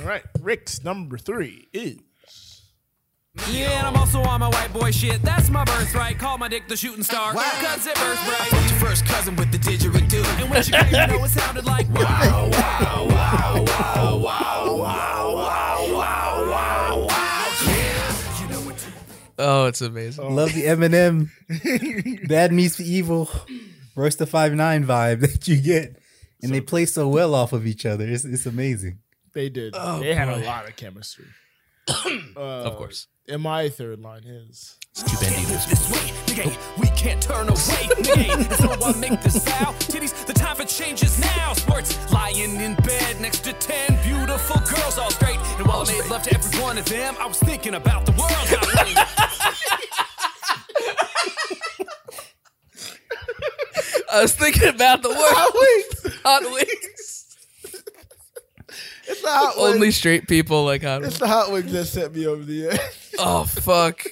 S1: All right. Rick's number three is.
S7: Yeah, and I'm also on my white boy shit. That's my birthright. Call my dick the shooting star. Cause it burst bright. I fucked your first cousin with the didgeridoo. And when she came, you know it sounded like wow, wow, wow, wow, wow, wow, wow, wow, wow, wow. Yeah. You know it.
S2: Oh, it's amazing.
S3: Love the Eminem Bad Meets the Evil Royce the Five Nine vibe that you get. And they play so well off of each other. It's, it's amazing.
S1: They did. they had a lot of chemistry.
S2: of course.
S1: And my third line is.
S2: Two banditos.
S7: This way, nigga, we can't turn away, nigga. So I make this vow. Titties, the time for change is now. Sports, lying in bed next to ten beautiful girls, all straight. And while I made love to every one of them, I was thinking about the world. I mean,
S2: I was thinking about the word hot wings. Hot wings.
S1: It's the hot
S2: Only straight people like hot
S1: It's
S2: wings.
S1: the hot wings that sent me over the edge.
S2: Oh fuck.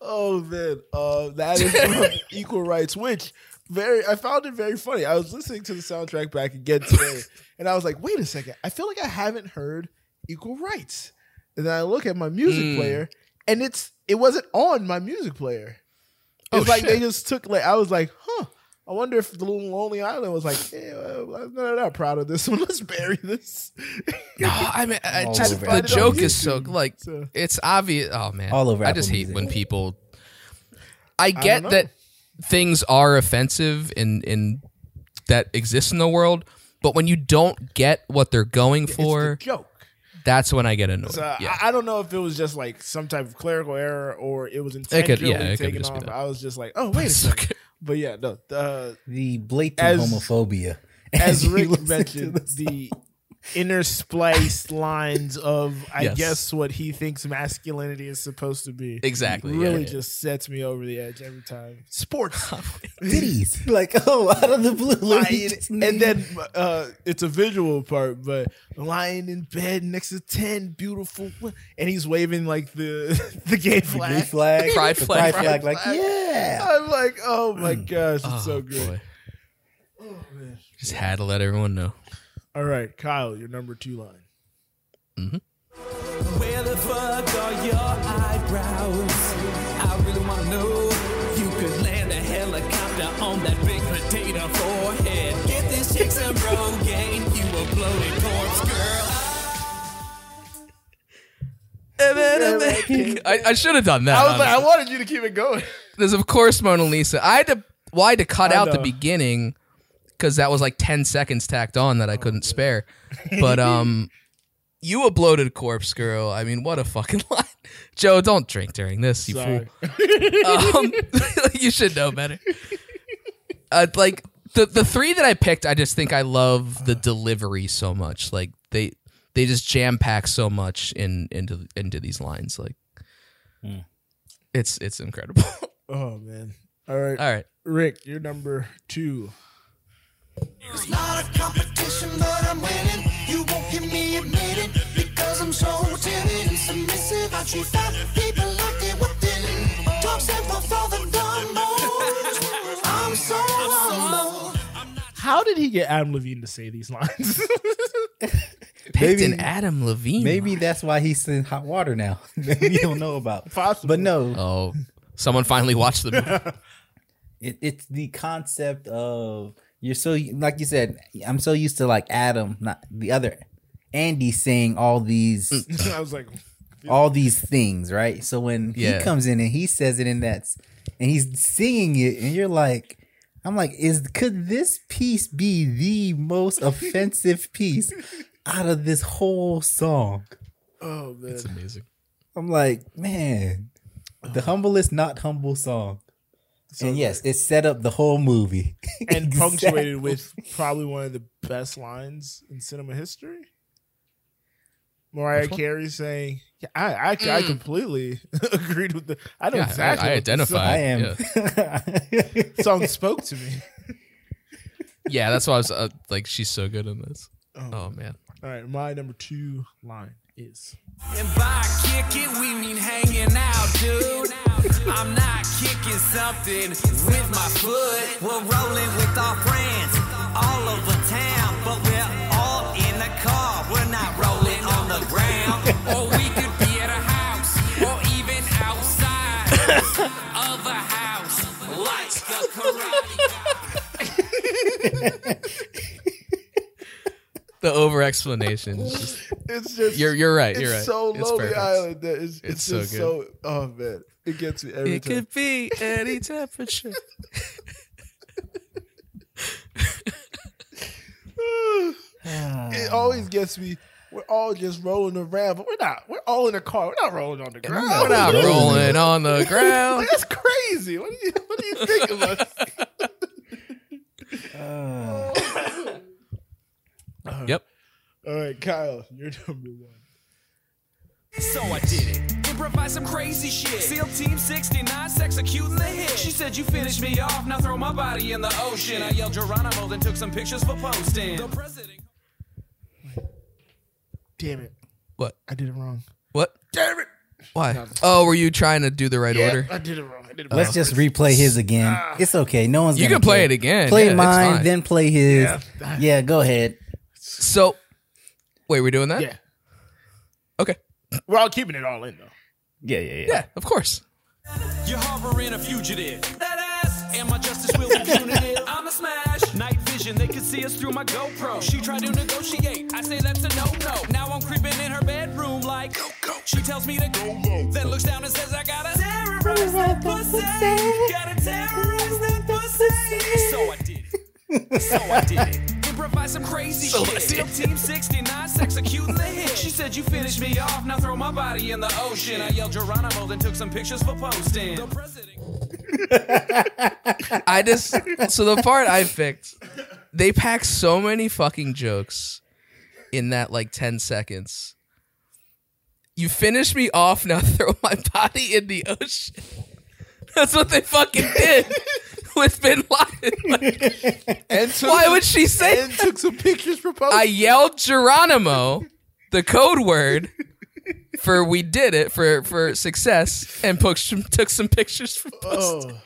S1: Oh man, uh, that is from Equal Rights, which very I found it very funny. I was listening to the soundtrack back again today, and I was like, wait a second, I feel like I haven't heard Equal Rights, and then I look at my music
S2: Mm.
S1: player, and it's it wasn't on my music player.
S2: Oh,
S1: It's like they
S2: shit.
S1: just took like I was like, huh. I wonder if the little Lonely Island was like, yeah, well, I'm not, not proud of this one. Let's bury this.
S2: No, I mean, I
S1: All
S2: just
S1: over
S2: the
S1: it.
S2: joke is so
S1: YouTube,
S2: like
S1: so-
S2: it's obvious. Oh man,
S3: All over
S2: I
S3: Apple
S2: just hate
S3: Music.
S2: when people. I
S1: don't
S2: get
S1: know.
S2: that things are offensive and and that exists in the world, but when you don't get what they're going for,
S1: it's the joke.
S2: that's when I get annoyed.
S1: So I-
S2: yeah.
S1: I, don't know if it was just like some type of clerical error or it was
S2: yeah,
S1: intentionally
S2: it could
S1: taken
S2: just be
S1: off.
S2: that.
S1: I was just like, oh wait a second. But yeah, no. The,
S3: The blatant
S1: As-
S3: homophobia.
S1: as
S3: you
S1: Rick
S3: listen to
S1: mentioned,
S3: this-
S1: the interspliced lines of I
S2: Yes.
S1: guess what he thinks masculinity is supposed to be.
S2: Exactly, yeah,
S1: Really
S2: yeah.
S1: just sets me over the edge every time. Sports.
S3: titties. Like, oh, out of the blue. let me
S1: Lying-
S3: just name-
S1: and then uh, it's a visual part, but lying in bed next to ten beautiful, wo- and he's waving like the the gay
S3: the
S1: flag.
S3: gay flag,
S2: Pride
S3: the
S2: flag,
S3: pride
S2: pride
S3: flag, like yeah.
S1: I'm like, oh my gosh, it's
S2: Oh,
S1: so good.
S2: boy.
S1: Oh,
S2: Just had to let everyone know.
S1: All right, Kyle, your number two line.
S7: Where the fuck are your eyebrows? I really wanna know. You could land a helicopter on that big potato forehead. Get this chick some Rogaine, you a bloated corpse girl.
S2: I, I should have done that.
S1: I was like, I
S2: honestly.
S1: wanted you to keep it going.
S2: There's of course Mona Lisa. I had to well, I had to cut
S1: I
S2: out the
S1: know.
S2: beginning because that was like ten seconds tacked on
S1: Oh,
S2: that I couldn't spare. But um, you a bloated corpse girl. I mean, what a fucking line, Joe. Don't drink during this, you
S1: Sorry.
S2: fool. Um, you should know better. Uh, like the the three that I picked, I just think I love the delivery so much. Like they they just jam pack so much in into into these lines. Like
S3: Hmm.
S2: it's it's incredible.
S1: Oh man. All right,
S2: All right.
S1: Rick, you're number two.
S7: It's not a competition, but I'm winning. You won't hear me admit it because I'm so timid and submissive. I treat fat people like they were thin. Talk simple for the dumb I'm so humble.
S1: How did he get Adam Levine to say these lines?
S2: picked
S3: Maybe-
S2: an Adam Levine.
S3: Maybe that's why he's in hot water now. that we don't know about.
S1: Possible.
S3: But no,
S2: Oh, someone finally watched the movie.
S3: it, it's the concept of you're so like you said. I'm so used to like Adam, not the other Andy, saying all these
S1: I was like,
S3: all these things, right? So when
S2: Yeah.
S3: he comes in and he says it in that, s- and he's singing it, and you're like, I'm like, is could this piece be the most offensive piece out of this whole song?
S1: oh man.
S2: It's amazing.
S3: I'm like, man, the humblest, not humble song. and yes, it set up the whole movie
S1: and
S3: Exactly.
S1: punctuated with probably one of the best lines in cinema history. Mariah Carey saying, yeah, I, I, I completely agreed with the. I know
S2: Yeah, I-
S1: exactly.
S2: I
S1: what this
S2: identify.
S3: I am.
S1: Song, song spoke to me.
S2: Yeah, that's why I was uh, like, she's so good in this.
S1: Oh.
S2: Oh man,
S1: All right, my number two line is
S7: And by kick it, we mean hanging out, dude. I'm not kicking something with my foot. We're rolling with our friends all over town, but we're all in the car. We're not rolling on the ground. Or we could be at a house, or even outside of a house, like the karate.
S2: the over explanation. is just-
S1: It's just
S2: You're you're right.
S1: It's
S2: You're right.
S1: so
S2: It's
S1: lonely
S2: perfect.
S1: island that it's, it's,
S2: It's so
S1: just
S2: good.
S1: so, Oh man, it gets me every
S2: It
S1: time.
S2: could be any temperature.
S1: it always gets me. We're all just rolling around, but we're not. We're all in a car. We're not rolling on the ground.
S2: We're not rolling on the ground.
S1: Like, that's crazy. What do you What do you think of us?
S3: Uh,
S2: Yep.
S1: All right, Kyle, you're number one.
S7: So I did it. Improvise some crazy shit. SEAL Team 69, sex executing the hit. She said, You finished me off, now throw my body in the ocean. I yelled Geronimo, then took some pictures for posting. The president.
S1: Damn it,
S2: What?
S1: I did it wrong.
S2: What?
S1: Damn it,
S2: Why? Oh, were you trying to do the right order?
S1: I did it wrong. I did it wrong.
S3: let's just replay his again. It's okay. No one's.
S2: uh, ah. You
S3: gonna
S2: can play
S3: care.
S2: it again.
S3: Play
S2: Yeah, it's
S3: mine,
S2: fine.
S3: then play his. Yeah, go ahead.
S2: So, wait, we're doing that?
S1: Yeah,
S2: Okay.
S1: we're all keeping it all in though.
S11: Yeah, yeah, yeah.
S2: Yeah, of course.
S7: You're harboring a fugitive. That ass and my justice will be punitive. I'm a smash. Night vision, they can see us through my GoPro. She tried to negotiate. I say that's a no no. Now I'm creeping in her bedroom like go go. She tells me to go low. Then looks down and says I gotta terrorize that pussy. Gotta terrorize that pussy. So I did it. So I did it. Improvise some crazy
S2: So I
S7: shit.
S2: did
S7: Seal
S2: it.
S7: Team 69 sex executing the hit. She said you finished me off. Now throw my body in the ocean. I yelled Geronimo, then took some pictures for posting. The
S2: I just so the part I picked, they pack so many fucking jokes in that like ten seconds. You finish me off now. Throw my body in the ocean. That's what they fucking did with Bin Laden. Like, why would she say? And
S1: took some pictures for
S2: I yelled Geronimo, the code word for we did it for for success, and pushed, took some pictures for posting.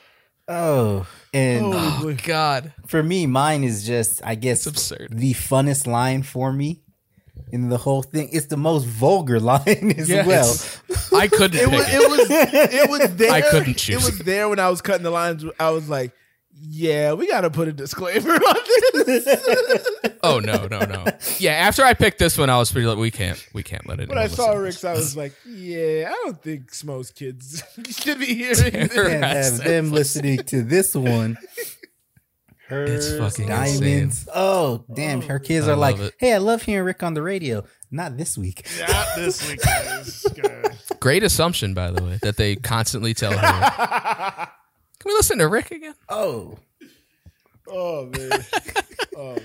S3: Oh, and
S2: Oh, God.
S3: for me, mine is just I guess
S2: absurd.
S3: The funnest line for me in the whole thing. It's the most vulgar line as
S1: Yeah,
S3: well.
S2: I couldn't.
S1: It was, it was it was there.
S2: I couldn't choose.
S1: It was there when I was cutting the lines. I was like, yeah, we got to put a disclaimer on this.
S2: Oh no, no, no. Yeah, after I picked this one, I was pretty like, we can't, we can't let it.
S1: when I saw Rick's, I was like, yeah, I don't think Smo's kids should be hearing
S3: and
S1: this.
S3: have them listening to this one. Her
S2: It's fucking
S3: diamonds.
S2: insane.
S3: Oh damn! Her kids
S2: I
S3: are like,
S2: love it.
S3: "Hey, I love hearing Rick on the radio." Not this week.
S11: Not this week, guys.
S2: Great assumption, by the way, that they constantly tell her. Can we listen to Rick again?
S3: Oh,
S1: Oh man. Oh man.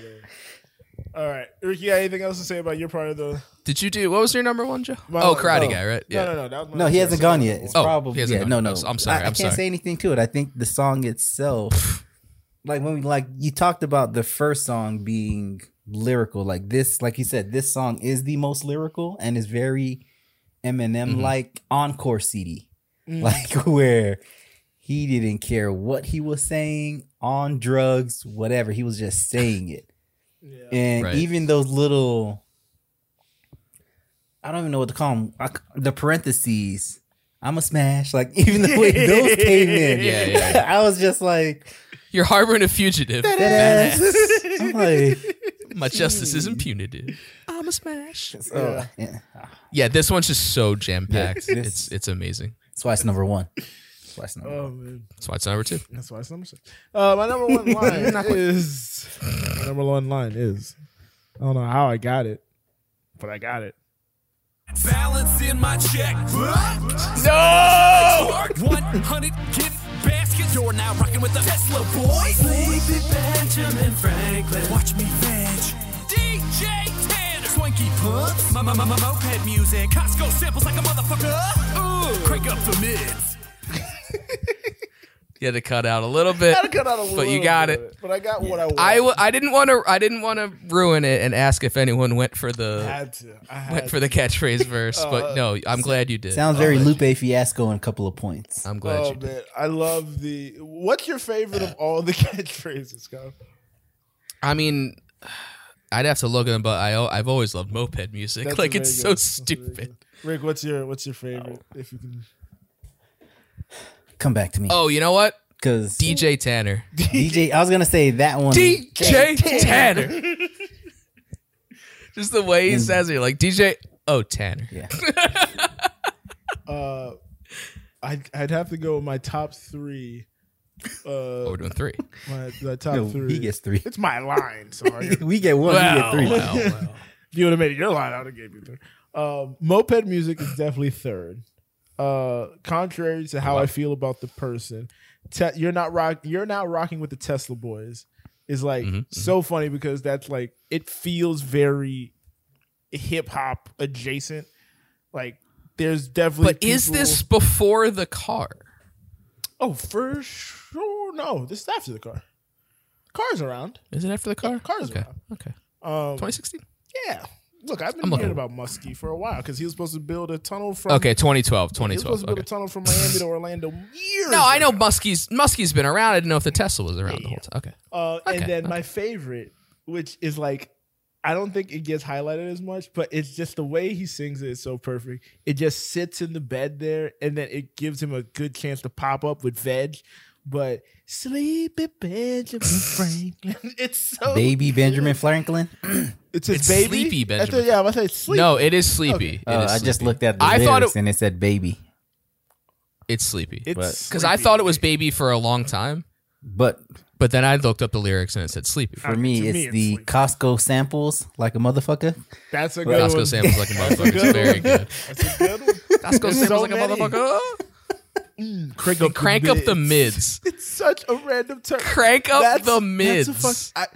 S1: All right, Rick, you got anything else to say about your part of the?
S2: Did you do what was your number one, Joe? oh, Karate
S1: no.
S2: Guy, right?
S1: No, no, no, that was my
S3: no, he hasn't gone yet. It's
S2: Oh, he
S3: probably
S2: hasn't
S3: yeah,
S2: gone
S3: no,
S2: yet.
S3: no.
S2: I'm sorry,
S3: I, I
S2: I'm
S3: can't
S2: sorry.
S3: say anything to it. I think the song itself, like when we like you talked about the first song being lyrical, like this, like you said, this song is the most lyrical and is very
S2: Mm-hmm.
S3: Eminem like encore CD,
S1: Mm.
S3: like where he didn't care what he was saying on drugs, whatever. He was just saying it. And
S2: Right.
S3: even those little, I don't even know what to call them, I c the parentheses, I'm a smash. Like, even the way those came in,
S2: Yeah, yeah, yeah.
S3: I was just like,
S2: You're harboring a fugitive.
S3: "Yes." I'm like,
S2: My justice isn't punitive. I'm a smash.
S3: so, yeah.
S2: Yeah, this one's just so jam packed.
S3: Yeah, this-
S2: it's it's amazing.
S3: That's why it's number one. That's why it's number
S1: Oh
S3: one.
S1: man.
S2: That's why it's number two.
S1: That's why it's number six. Uh, my number one line is my number one line is I don't know how I got it, but I got it.
S7: balance in my check.
S2: No!
S7: 100 gift baskets. You're now rocking with the Tesla boy. Sleepy Benjamin Franklin. Watch me veg. DJ Tanner. Swanky pumps. My, my, my, my moped music. Costco samples like a motherfucker. Ooh. Crank up the mids.
S2: You had to cut out a little bit.
S1: I cut out a little
S2: But you got
S1: bit,
S2: it.
S1: But I got what I wanted.
S2: I, w- I didn't want to I didn't want to ruin it and ask if anyone went for the
S1: had to. I had
S2: went for the catchphrase verse, but
S1: Uh,
S2: no, I'm glad you did.
S3: Sounds very Lupe Fiasco in a couple of points.
S2: I'm glad
S1: Oh
S2: you did.
S1: man, I love the. What's your favorite of all the catchphrases, Scott?
S2: I mean, I'd have to look at them, but I I've always loved moped music.
S1: That's
S2: like
S1: a
S2: it's so
S1: very good- that's a very
S2: stupid.
S1: good- Rick, what's your what's your favorite? If you can,
S3: Come back to me.
S2: Oh, you know what?
S3: Because
S2: DJ Tanner.
S3: DJ, I was going to say that one.
S2: DJ Tanner. Just the way he says it, you're like DJ. Oh, Tanner.
S3: Mm. Yeah.
S1: uh, I'd I'd have to go with my top three.
S2: Oh,
S1: Uh,
S2: we're doing three.
S1: my, my top
S3: No,
S1: three.
S3: he gets three.
S1: It's my line, so I get
S3: we get one, we get three.
S2: wow, wow.
S1: If you would have made it your line, I would have gave you third. Um, moped music is definitely third. Uh, contrary to how I feel about the person, te- you're not rock. You're not rocking with the Tesla boys. Is like
S2: Mhm,
S1: so funny because that's like it feels very hip hop adjacent. Like there's definitely.
S2: But is
S1: people-
S2: this before the car?
S1: Oh, for sure. No, this is after the car. Car's around.
S2: Is it after the car?
S1: Car's
S2: okay.
S1: around.
S2: Okay.
S1: Um,
S2: 2016.
S1: yeah. Look, I've been
S2: I'm looking.
S1: hearing about Muskie for a while because he was supposed to build a tunnel from.
S2: Okay, 2012.
S1: He was supposed
S2: 2012.
S1: to build
S2: Okay.
S1: a tunnel from Miami to Orlando years.
S2: No, I know
S1: ago.
S2: Muskie's Muskie's been around.
S1: Oh,
S2: I didn't know if the Tesla was around the whole time. Okay.
S1: Uh,
S2: Okay,
S1: and then
S2: okay.
S1: my favorite, which is like, I don't think it gets highlighted as much, but it's just the way he sings it is so perfect. It just sits in the bed there, and then it gives him a good chance to pop up with veg. But sleepy Benjamin Franklin, it's so
S3: Baby Benjamin Franklin.
S1: It's his
S2: It's
S1: baby.
S2: Sleepy
S1: I
S2: Benjamin.
S1: thought- yeah, I was gonna say sleep.
S2: No, it is sleepy. It
S3: Uh,
S2: is
S3: I just
S2: sleepy.
S3: looked at the
S2: I
S3: lyrics
S2: thought it,
S3: and it said baby.
S2: it's sleepy.
S1: It's
S2: because I thought it was baby for a long time,
S3: but
S2: but then I looked up the lyrics and it said sleepy.
S3: For me, it's the Costco samples like a motherfucker.
S1: That's a good
S2: Costco
S1: one.
S2: samples like a
S1: That's
S2: motherfucker. It's
S1: good
S2: very
S1: one.
S2: good.
S1: That's a
S2: Costco
S1: good one. There's
S2: samples
S1: so
S2: like a
S1: many.
S2: motherfucker.
S1: Mm, crank
S2: And
S1: up,
S2: crank
S1: the
S2: up
S1: mids.
S2: the mids.
S1: It's such a random term.
S2: Crank up the mids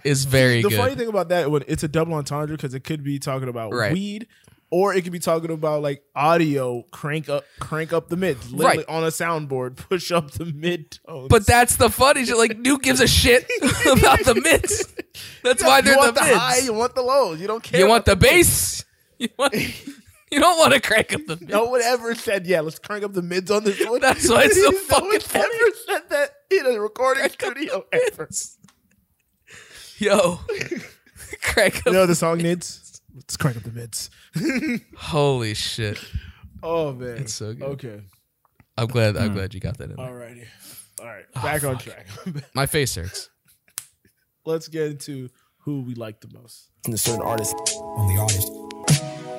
S2: is very
S1: the
S2: good.
S1: funny thing about that one, it's a double entendre because it could be talking about
S2: Right.
S1: weed, or it could be talking about like audio. Crank up, crank up the mids. Literally
S2: Right.
S1: on a soundboard, push up the mid tone.
S2: But that's the funny shit. Like, Duke gives a shit about the mids. That's why they're
S1: you want the,
S2: the
S1: high,
S2: mids.
S1: you want the low, you don't care.
S2: You want the
S1: about
S2: bass. You want. You don't want to crank up the
S1: mids.
S2: mids.
S1: No one ever said, "Yeah, let's crank up the mids on this one."
S2: That's why it's so
S1: no
S2: fucking
S1: one ever said that in a recording studio ever.
S2: Yo, crank up.
S1: You know what the song needs? Let's crank up the mids.
S2: Holy shit!
S1: Oh man,
S2: It's so good.
S1: Okay,
S2: I'm glad. I'm glad you got that in. there.
S1: alrighty, all right,
S2: Oh,
S1: back on track.
S2: My face hurts.
S1: Let's get into who we like the most.
S10: And a certain artist on the artist.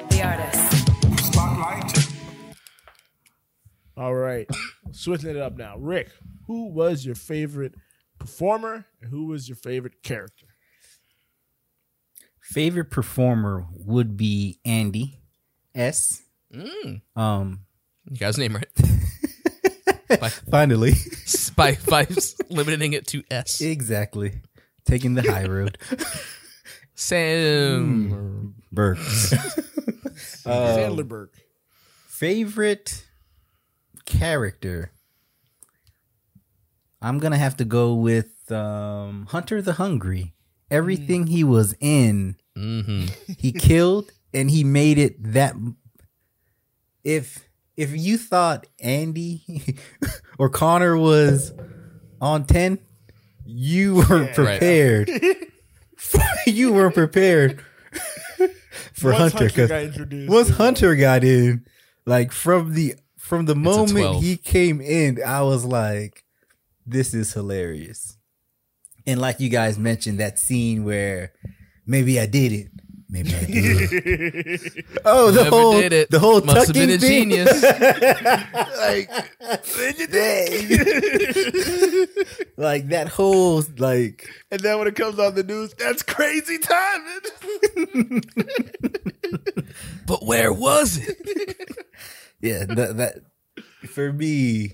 S9: The artist.
S1: All right, switching it up now. Rick, who was your favorite performer and who was your favorite character?
S3: Favorite performer would be Andy S.
S2: Mm.
S3: Um,
S2: You guys name right.
S3: finally,
S2: by by limiting it to S.
S3: exactly, taking the high road.
S2: Sam.
S3: Burke. Um,
S1: Sandlerberg.
S3: favorite character. I'm gonna have to go with um, Hunter the Hungry. Everything he was in,
S2: Mm-hmm.
S3: he killed and he made it that if if you thought andy or connor was on 10 you were
S1: Yeah.
S3: prepared for, you were prepared for
S1: Once
S3: hunter
S1: Hunter
S3: 'cause
S1: got introduced,
S3: once
S1: it was-
S3: hunter got in like from the from the moment
S2: 12.
S3: he came in i was like this is hilarious and like you guys mentioned that scene where maybe i did it maybe i did it Oh, the
S2: Whoever
S3: whole
S2: did it
S3: the whole
S2: must have
S3: tucking
S2: been a
S3: thing.
S2: genius.
S3: like, like that whole like
S1: And then when it comes on the news, that's crazy timing.
S2: But where was it?
S3: yeah that, that for me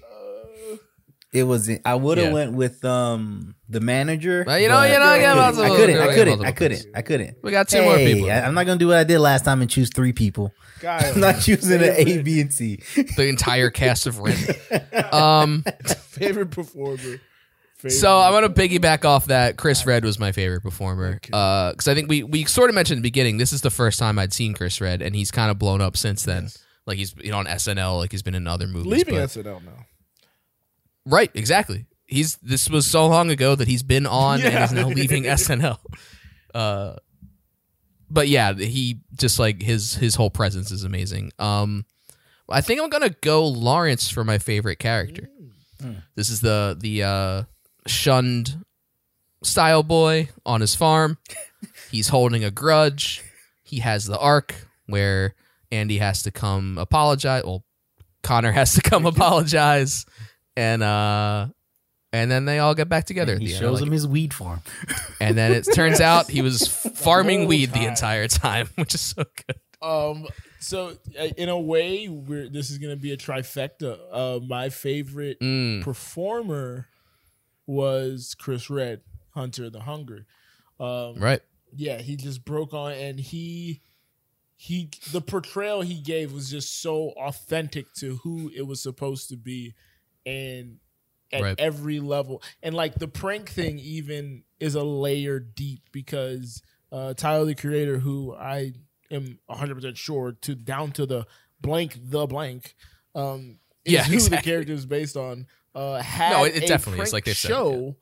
S3: it was I would have
S2: Yeah.
S3: went with um the manager.
S2: Well, you know,
S3: but
S2: you know,
S3: I
S2: yeah,
S3: couldn't,
S2: multiple-
S3: I couldn't,
S2: yeah,
S3: I couldn't,
S2: multiple
S3: I couldn't, I couldn't.
S2: We got two more
S3: Hey,
S2: people.
S3: I, am not gonna do what I did last time and choose three people.
S1: Kyle,
S3: I'm not choosing an A, B, and C.
S2: The entire cast of Rent. Um.
S1: favorite performer. Favorite.
S2: So I'm gonna piggyback off that. Chris Red was my favorite performer because I think we we sort of mentioned in the beginning. This is the first time I'd seen Chris Red, and he's kind of blown up since then. Like he's been on SNL, like he's been in other movies.
S1: leaving
S2: but-
S1: SNL now.
S2: right? Exactly. He's this was so long ago that he's been on and
S1: Yeah.
S2: is now leaving SNL. Uh, but yeah, he just like his his whole presence is amazing. Um, I think I'm gonna go Lawrence for my favorite character. This is the the uh, shunned style boy on his farm. He's holding a grudge. He has the arc where Andy has to come apologize. Well, Connor has to come apologize, and uh, and then they all get back together. at
S3: He
S2: the end. I
S3: shows
S2: like
S3: him his weed farm.
S2: and then it turns out he was farming
S1: whole
S2: weed
S1: time.
S2: the entire time, which is so good.
S1: Um. So uh, in a way, we're this is gonna be a trifecta. Uh, my favorite
S2: Mm.
S1: performer was Chris Red, Hunter the Hungry. Um,
S2: Right.
S1: yeah he just broke on and he he the portrayal he gave was just so authentic to who it was supposed to be and at
S2: Right.
S1: every level and like the prank thing even is a layer deep because uh tyler the creator who i am 100% sure to down to the blank the blank um is
S2: Yeah,
S1: who
S2: exactly.
S1: the character is based on uh had
S2: No, it- it
S1: a
S2: definitely is,
S1: prank
S2: like they said,
S1: show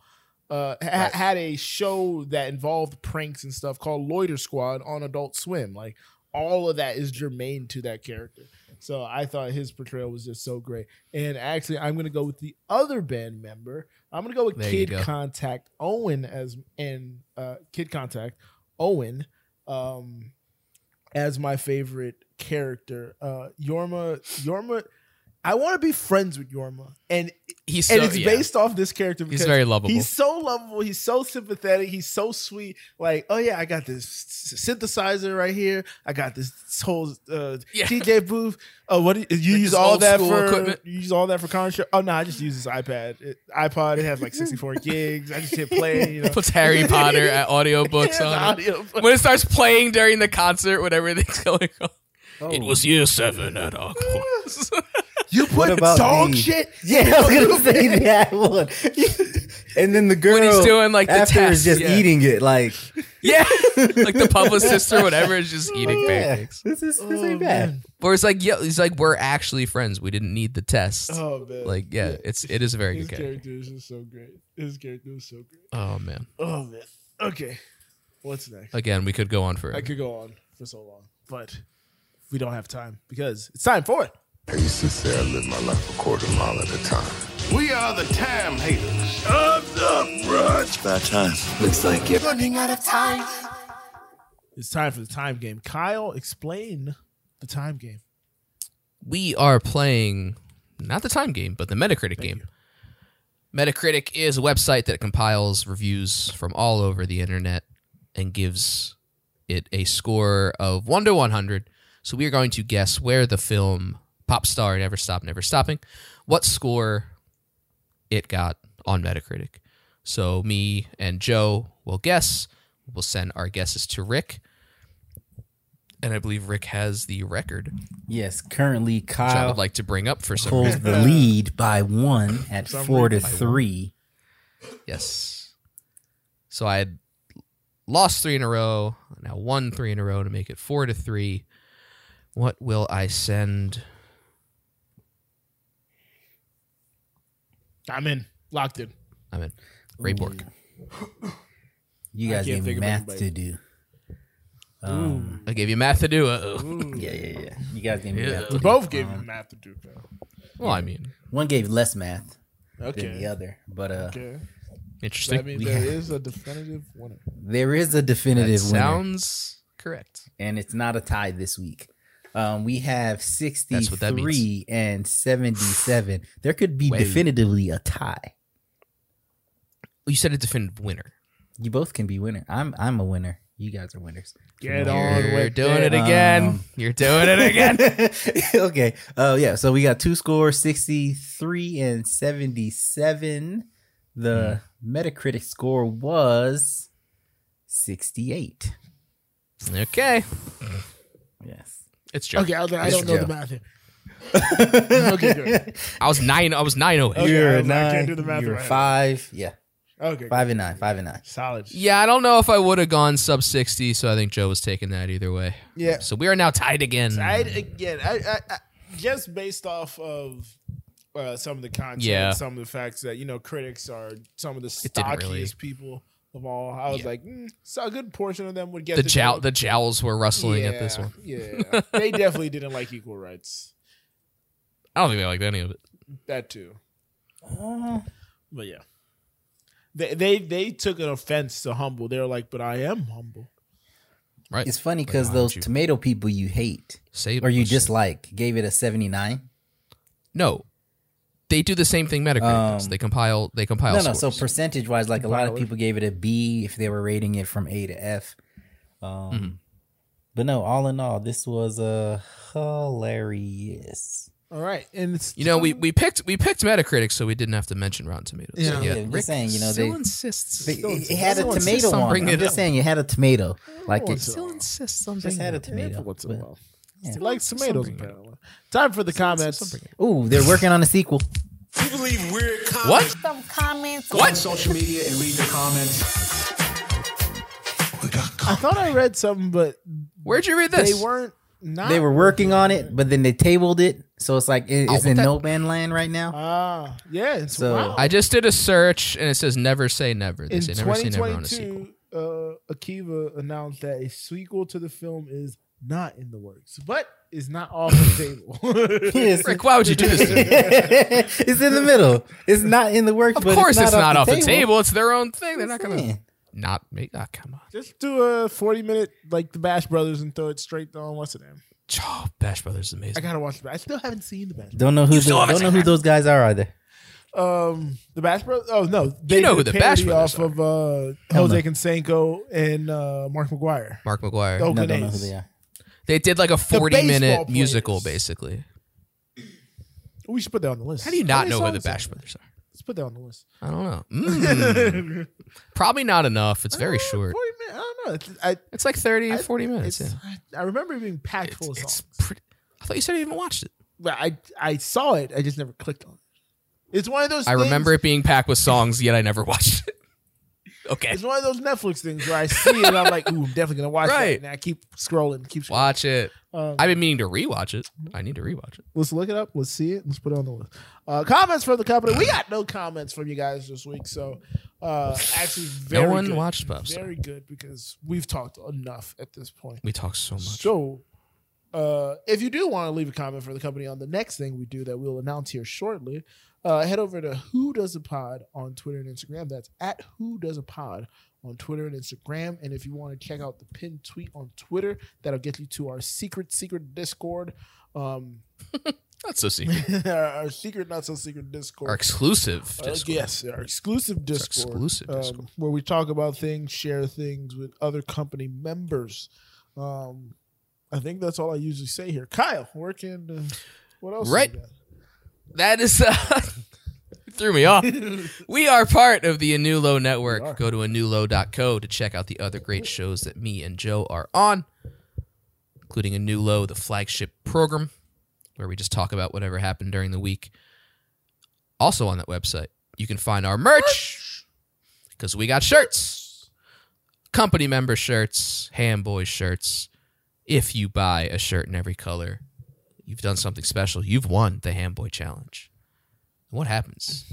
S1: uh, ha- had a show that involved pranks and stuff called Loiter Squad on Adult Swim. Like all of that is germane to that character. So I thought his portrayal was just so great. And actually, I'm going to go with the other band member. I'm going to go with
S2: There you
S1: Kid
S2: go.
S1: Contact Owen as and uh, Kid Contact Owen um, as my favorite character. Uh, Yorma Yorma. I want to be friends with Yorma, and
S2: He's
S1: and
S2: so-
S1: it's
S2: yeah.
S1: based off this character.
S2: He's
S1: because
S2: very lovable.
S1: He's so lovable. He's so sympathetic. He's so sweet. Like, oh yeah, I got this s- synthesizer right here. I got this whole uh,
S2: Yeah.
S1: DJ booth. Oh, what do you, you
S2: Like
S1: use
S2: this
S1: all
S2: old
S1: that
S2: school
S1: for?
S2: equipment.
S1: You use all that for concert? Oh no, I just use this iPad. It, iPod. It has like sixty four gigs. I just hit play. You know?
S2: Puts Harry Potter at audiobooks
S1: Yes,
S2: on. it.
S1: audiobooks.
S2: When it starts playing during the concert, whatever thing's going on.
S3: It
S2: was year seven at Aqua.
S1: You put
S3: about
S1: dog
S3: the-
S1: shit.
S3: Yeah, I was gonna say that one. and then the girl
S2: he's doing, like, the
S3: after is
S2: test,
S3: just
S2: yeah.
S3: eating it. Like
S2: yeah. like the publicist or whatever is just eating pancakes.
S3: this is this ain't bad.
S2: Or it's like, yeah, he's like, we're actually friends. We didn't need the test.
S1: Oh man.
S2: Like, yeah, it's it is a very
S1: His
S2: good character.
S1: character is just so great. His character is so great.
S2: Oh man.
S1: Oh man. Okay. What's next?
S2: Again, we could go on
S1: I
S2: forever.
S1: could go on for so long, but we don't have time because it's time for it.
S12: I used to say I lived my life a quarter mile at a time.
S11: We are the time haters.
S12: It's about time. Looks like it.
S5: Running out of time.
S1: It's time for the time game. Kyle, explain the time game.
S2: we are playing not the time game, but the Metacritic game. Metacritic is a website that compiles reviews from all over the internet and gives it a score of 1 to 100. So we are going to guess where the film Pop Star Never Stop Never Stopping, what score it got on Metacritic. So me and Joe will guess. We'll send our guesses to Rick. And I believe Rick has the record
S3: Yes, currently
S2: which I
S3: Kyle
S2: would like to bring up for some
S3: holds
S2: reason.
S3: the lead by one at
S1: Some
S3: four to
S1: reason. By one.
S3: three.
S2: Yes. So I had lost three in a row, now won three in a row to make it four to three. What will I send?
S1: I'm in. Locked in.
S2: I'm in. Ray Bork.
S3: You
S1: I can't
S3: guys gave me
S1: think of
S3: math
S1: anybody.
S3: to do. Um,
S2: I gave you math to do. Uh-oh.
S3: yeah, yeah, yeah. You guys gave me
S2: Yeah.
S3: math. To
S1: We
S3: do.
S1: both gave you
S3: Um,
S1: math to do. Kyle.
S2: Well, I mean,
S3: one gave less math than the
S1: Okay.
S3: other, but uh,
S1: Okay.
S2: interesting.
S1: That means
S3: We-
S1: there is a definitive winner.
S3: there is a
S2: That
S3: definitive winner,
S2: sounds correct.
S3: and it's not a tie this week. Um, we have
S2: That's what that means.
S3: sixty-three and seventy-seven. There could be
S2: Wow.
S3: definitively a tie.
S2: You said a definitive winner.
S3: You both can be winner. I'm I'm a winner. You guys are winners.
S1: Get on
S2: You're
S1: with
S2: doing it
S1: it.
S2: again.
S3: Um,
S2: You're doing it again.
S3: okay. Uh, yeah. So we got two scores 63 and 77. The Metacritic score was 68.
S2: okay.
S3: Yes.
S2: It's Joe.
S1: Okay, I, I don't
S3: Mr.
S1: know
S3: Joe.
S1: the math here. okay, good.
S2: I was nine. I was nine oh eight.
S1: Okay, I
S3: you're
S1: was like, I
S3: nine.
S1: can't do the math in
S3: you're
S1: my head.
S3: five. Yeah.
S1: Okay.
S3: Five and nine. Five and nine.
S1: Solid.
S2: Yeah, I don't know if I would have gone sub 60, so I think Joe was taking that either way.
S1: Yeah.
S2: So we are now tied again.
S1: I again, I, I, I just based off of uh, some of the content,
S2: Yeah.
S1: some of the facts that you know critics are some of the
S2: didn't
S1: stockiest
S2: really-
S1: people of all. I was
S2: Yeah.
S1: like, mm, so a good portion of them would get
S2: the
S1: this
S2: jowl,
S1: one.
S2: the jowls were rustling at this
S1: Yeah,
S2: one.
S1: Yeah, they definitely didn't like equal rights.
S2: I don't think they liked any of it.
S1: That too.
S2: Uh.
S1: But yeah, they they they took an offense to humble. They were like, but I am humble.
S2: Right?
S3: It's funny because
S2: why
S3: those
S2: would you-
S3: tomato people you hate
S2: Say,
S3: or you
S2: let's-
S3: dislike gave it a 79.
S2: no. They do the same thing Metacritic does.
S3: Um,
S2: They compile. They compile.
S3: No, no. So
S2: scores.
S3: percentage wise, like a lot of
S1: Compiler.
S3: people gave it a B if they were rating it from A to F. Um,
S2: Mm-hmm.
S3: But no, all in all, this was uh, hilarious.
S1: All right, and it's
S2: you know, we, we picked we picked Metacritic, so we didn't have to mention Rotten Tomatoes.
S1: Yeah.
S3: Yeah, I'm just saying, you know,
S2: still
S3: they-
S2: insists.
S3: But
S2: still
S3: it, it
S2: insists.
S3: had a
S2: Still
S3: tomato
S2: insists on
S3: on.
S2: bringing
S3: it. I'm
S2: it
S3: just
S2: up.
S3: saying, it had a tomato. Like
S1: wants
S3: it
S1: to-
S2: Still insists on
S3: just
S2: bringing
S3: had
S2: it
S3: a
S2: up.
S1: tomato.
S3: tomato.
S1: Once in a
S3: but-
S1: while.
S3: yeah.
S1: He likes tomatoes.
S2: bring it up.
S1: Apparently, time for the
S2: Still
S1: comments.
S2: bringing it
S3: Ooh, they're working on a sequel.
S4: You believe weird
S2: up. What?
S8: Some comments.
S4: Go on social media and read the comments.
S1: I thought I read something, but
S2: Where'd you read this?
S1: They weren't. Not
S3: They were working on it, but then they tabled it So it's like it,
S2: Oh,
S3: it's
S2: what
S3: in
S2: that-
S3: no man land right now.
S1: Ah, yeah. It's
S3: So-
S1: wild.
S2: I just did a search and it says never say never. They
S1: In
S2: say never say never on a sequel.
S1: 2022, uh, Akiva announced that a sequel to the film is not in the works, but is not off the table.
S3: Yes.
S2: Rick, why would you do this to
S1: me?
S3: it's in the middle. It's not in the works.
S2: Of
S3: but
S2: course, it's not, off the, table.
S3: table.
S2: It's their own thing. They're not
S3: Just
S2: gonna
S3: saying.
S2: not make. Oh, come on,
S1: Just do a 40 minute like the Bash Brothers and throw it straight on what's the name?
S2: oh, Bash Brothers is amazing.
S1: I gotta watch. The, I still haven't seen the Bash.
S3: Don't know who
S2: You
S3: the,
S2: still haven't
S3: don't know
S2: seen
S3: who those guys are either.
S1: Um, the Bash Brothers. Oh no, they
S2: know
S1: did
S2: who the
S1: a
S2: Bash
S1: parody
S2: Brothers
S1: off of uh,
S3: Hell
S1: Jose Canseco and uh, Mark McGuire.
S2: Mark McGuire.
S1: Oh,
S3: No, I don't know
S1: goodness.
S3: who they are.
S2: They did like a forty-minute
S1: baseball
S2: musical,
S1: players.
S2: basically.
S1: We should put that on the list.
S2: How do you not
S1: many
S2: know who the
S1: songs is
S2: Bash
S1: it?
S2: Brothers are?
S1: Let's put that on the list.
S2: I don't know. Mm. Probably not enough. It's very
S1: Uh,
S2: short.
S1: 40 minutes. I don't know. It's- I,
S2: It's like 30
S1: I-
S2: or 40 minutes. Yeah.
S1: it's- I, I remember it being packed
S2: It's,
S1: full of
S2: it's
S1: songs.
S2: pretty. I thought you said you even watched it.
S1: But I I saw it. I just never clicked on it. It's one of those.
S2: I
S1: things-
S2: remember it being packed with songs, yet I never watched it. Okay.
S1: It's one of those Netflix things where I see it and I'm like, ooh, I'm definitely gonna watch
S2: Right.
S1: it, and I keep scrolling, keep scrolling.
S2: Watch it.
S1: Um,
S2: I've been meaning to rewatch it. I need to rewatch it.
S1: Let's look it up. Let's see it. Let's put it on the list. Uh, comments from the company. We got no comments from you guys this week, so uh, actually, very
S2: no one
S1: good.
S2: watched Puffs.
S1: Very good because we've talked enough at this point.
S2: We talk so much.
S1: So, uh, if you do want to leave a comment for the company on the next thing we do that we'll announce here shortly, uh, head over to Who Does a Pod on Twitter and Instagram. That's at Who Does a Pod on Twitter and Instagram. And if you want to check out the pinned tweet on Twitter, that'll get you to our secret, secret Discord. Um,
S2: That's so secret.
S1: our, our secret, not so secret Discord.
S2: Our exclusive.
S1: Uh,
S2: Discord.
S1: yes, our exclusive Discord.
S2: exclusive
S1: um,
S2: Discord.
S1: where we talk about things, share things with other company members. Um, I think that's all I usually say here. Kyle, where can uh, what else?
S2: Right.
S1: you got?
S2: That is uh, threw me off. we are part of the Anulo
S1: We are.
S2: network. Go to anulo.co to check out the other great shows that me and Joe are on, including Anulo, the flagship program, where we just talk about whatever happened during the week. Also on that website, you can find our merch because we got shirts, company member shirts, ham boy shirts. If you buy a shirt in every color, you've done something special. You've won the ham boy challenge. What happens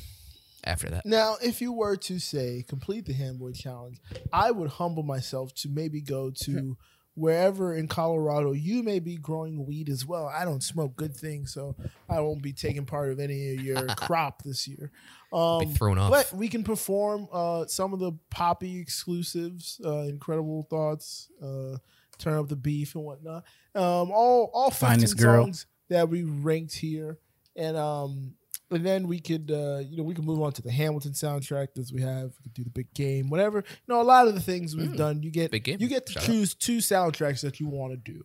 S2: after that?
S1: Now, if you were to say complete the Handboy Challenge, I would humble myself to maybe go to wherever in Colorado you may be growing weed as well. I don't smoke good things, so I won't be taking part of any of your crop this year. Um,
S2: thrown off.
S1: But we can perform uh, some of the poppy exclusives, uh, incredible thoughts, uh, turn up the beef and whatnot. Um, all all 15
S3: Finest girl.
S1: songs that we ranked here, and um, and then we could uh, you know we could move on to the Hamilton soundtrack as we have. We could do the big game, whatever. You know, a lot of the things we've done. You get
S2: Hmm. Big Game.
S1: You get to
S2: Shout out.
S1: choose two soundtracks that you want to do.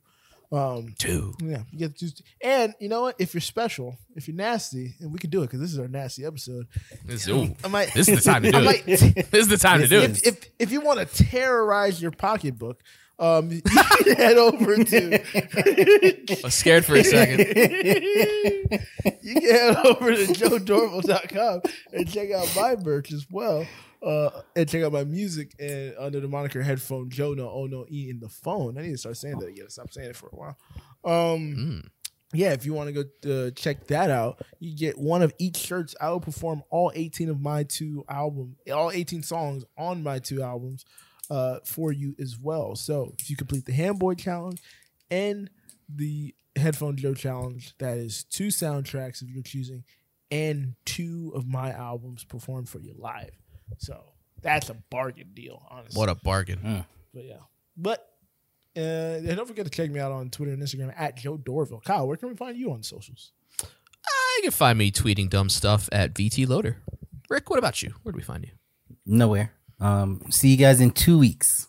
S1: Um,
S2: Two.
S1: yeah, you get to choose. And you know what? If you're special, if you're nasty, and we can do it because this is our nasty episode.
S2: This, ooh,
S1: I might.
S2: this is the time to do
S1: I
S2: it.
S1: might
S2: This is the time to do it.
S1: if, if if you want to terrorize your pocketbook, um, you can head over to
S2: I was scared for a second.
S1: you can head over to joedorval.com and check out my merch as well. Uh, and check out my music and under the moniker headphone Joe no oh no E in the phone. I need to start saying that again. Stop saying it for a while. Um,
S2: Hmm.
S1: yeah, if you want to go uh, check that out, you get one of each shirts. I will perform all 18 of my two album, all 18 songs on my two albums uh, for you as well. So if you complete the Handboy Challenge and the Headphone Joe Challenge, that is two soundtracks of your choosing and two of my albums performed for you live. So that's a bargain deal, honestly.
S2: What a bargain.
S1: But yeah. But uh, and don't forget to check me out on Twitter and Instagram at Joe Dorville. Kyle, where can we find you on socials?
S2: Uh, you can find me tweeting dumb stuff at VT Loader. Rick, what about you? Where do we find you?
S3: Nowhere. Um, see you guys in two weeks.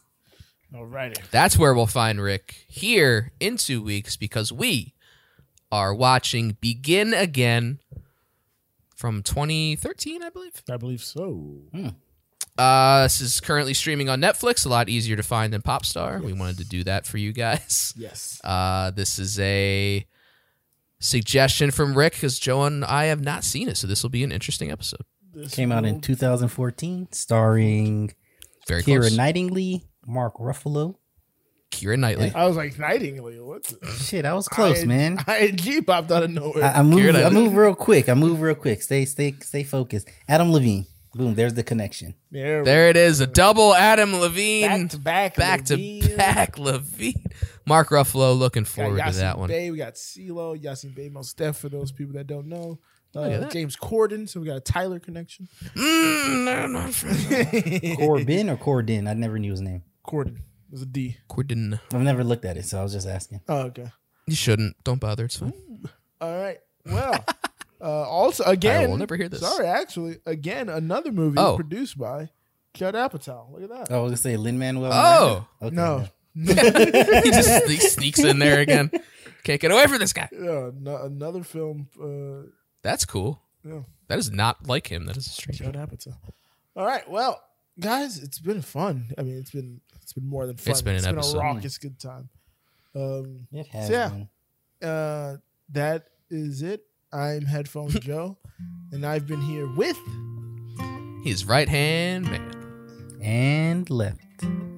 S1: Alrighty.
S2: That's where we'll find Rick here in two weeks because we are watching Begin Again from 2013, I believe.
S1: I believe so.
S2: Hmm. Uh, this is currently streaming on Netflix. A lot easier to find than Popstar. We wanted to do that for you guys.
S1: Yes.
S2: Uh, this is a suggestion from Rick because Joe and I have not seen it, so this will be an interesting episode.
S1: This
S3: Came out in
S1: will-
S3: 2014, starring
S2: Very
S3: Kira
S2: close.
S3: Knightley, Mark Ruffalo,
S2: Kira Knightley.
S1: I was like, Nightingale. What? the-
S3: Shit, I was close,
S1: I-
S3: man.
S1: ING popped out of nowhere.
S3: I, I move. I
S1: Knightley.
S3: move real quick. I move real quick. Stay, stay, stay focused. Adam Levine. Boom. There's the connection.
S1: There,
S2: There it is. A double Adam Levine.
S1: Back to back.
S2: Back to back Levine. Mark Ruffalo looking
S1: Got
S2: forward to
S1: Yasin
S2: that one.
S1: Bey, we got CeeLo, Yasin Bay, Most Def, for those people that don't know.
S2: Look at
S1: Uh,
S2: that.
S1: James Corden, so we got a Tyler connection.
S2: Mm, no, no,
S3: Corbin or Corden? I never knew his name.
S1: Corden. There's a D.
S2: Corden.
S3: I've never looked at it, so I was just asking.
S1: Oh, okay.
S2: You shouldn't. Don't bother. It's fine.
S1: All right. Well, uh, also again,
S2: will never hear this.
S1: Sorry, actually, again, another movie
S2: Oh.
S1: produced by Judd Apatow. Look at that.
S3: I was gonna say Lin Manuel.
S2: Oh.
S1: No.
S2: he just sne- sneaks in there again. Can't get away from this guy.
S1: Yeah, no, another film. Uh,
S2: That's cool.
S1: Yeah.
S2: That is not like him. That is strange.
S1: Judd Apatow. All right. Well, guys, it's been fun. I mean, it's been it's been more than fun.
S2: It's been an episode.
S1: a raucous good time. Um,
S3: It
S1: so
S3: has
S1: yeah,
S3: been.
S1: uh, that is it. I'm Headphones Joe, and I've been here with.
S2: He's right hand man.
S3: And left.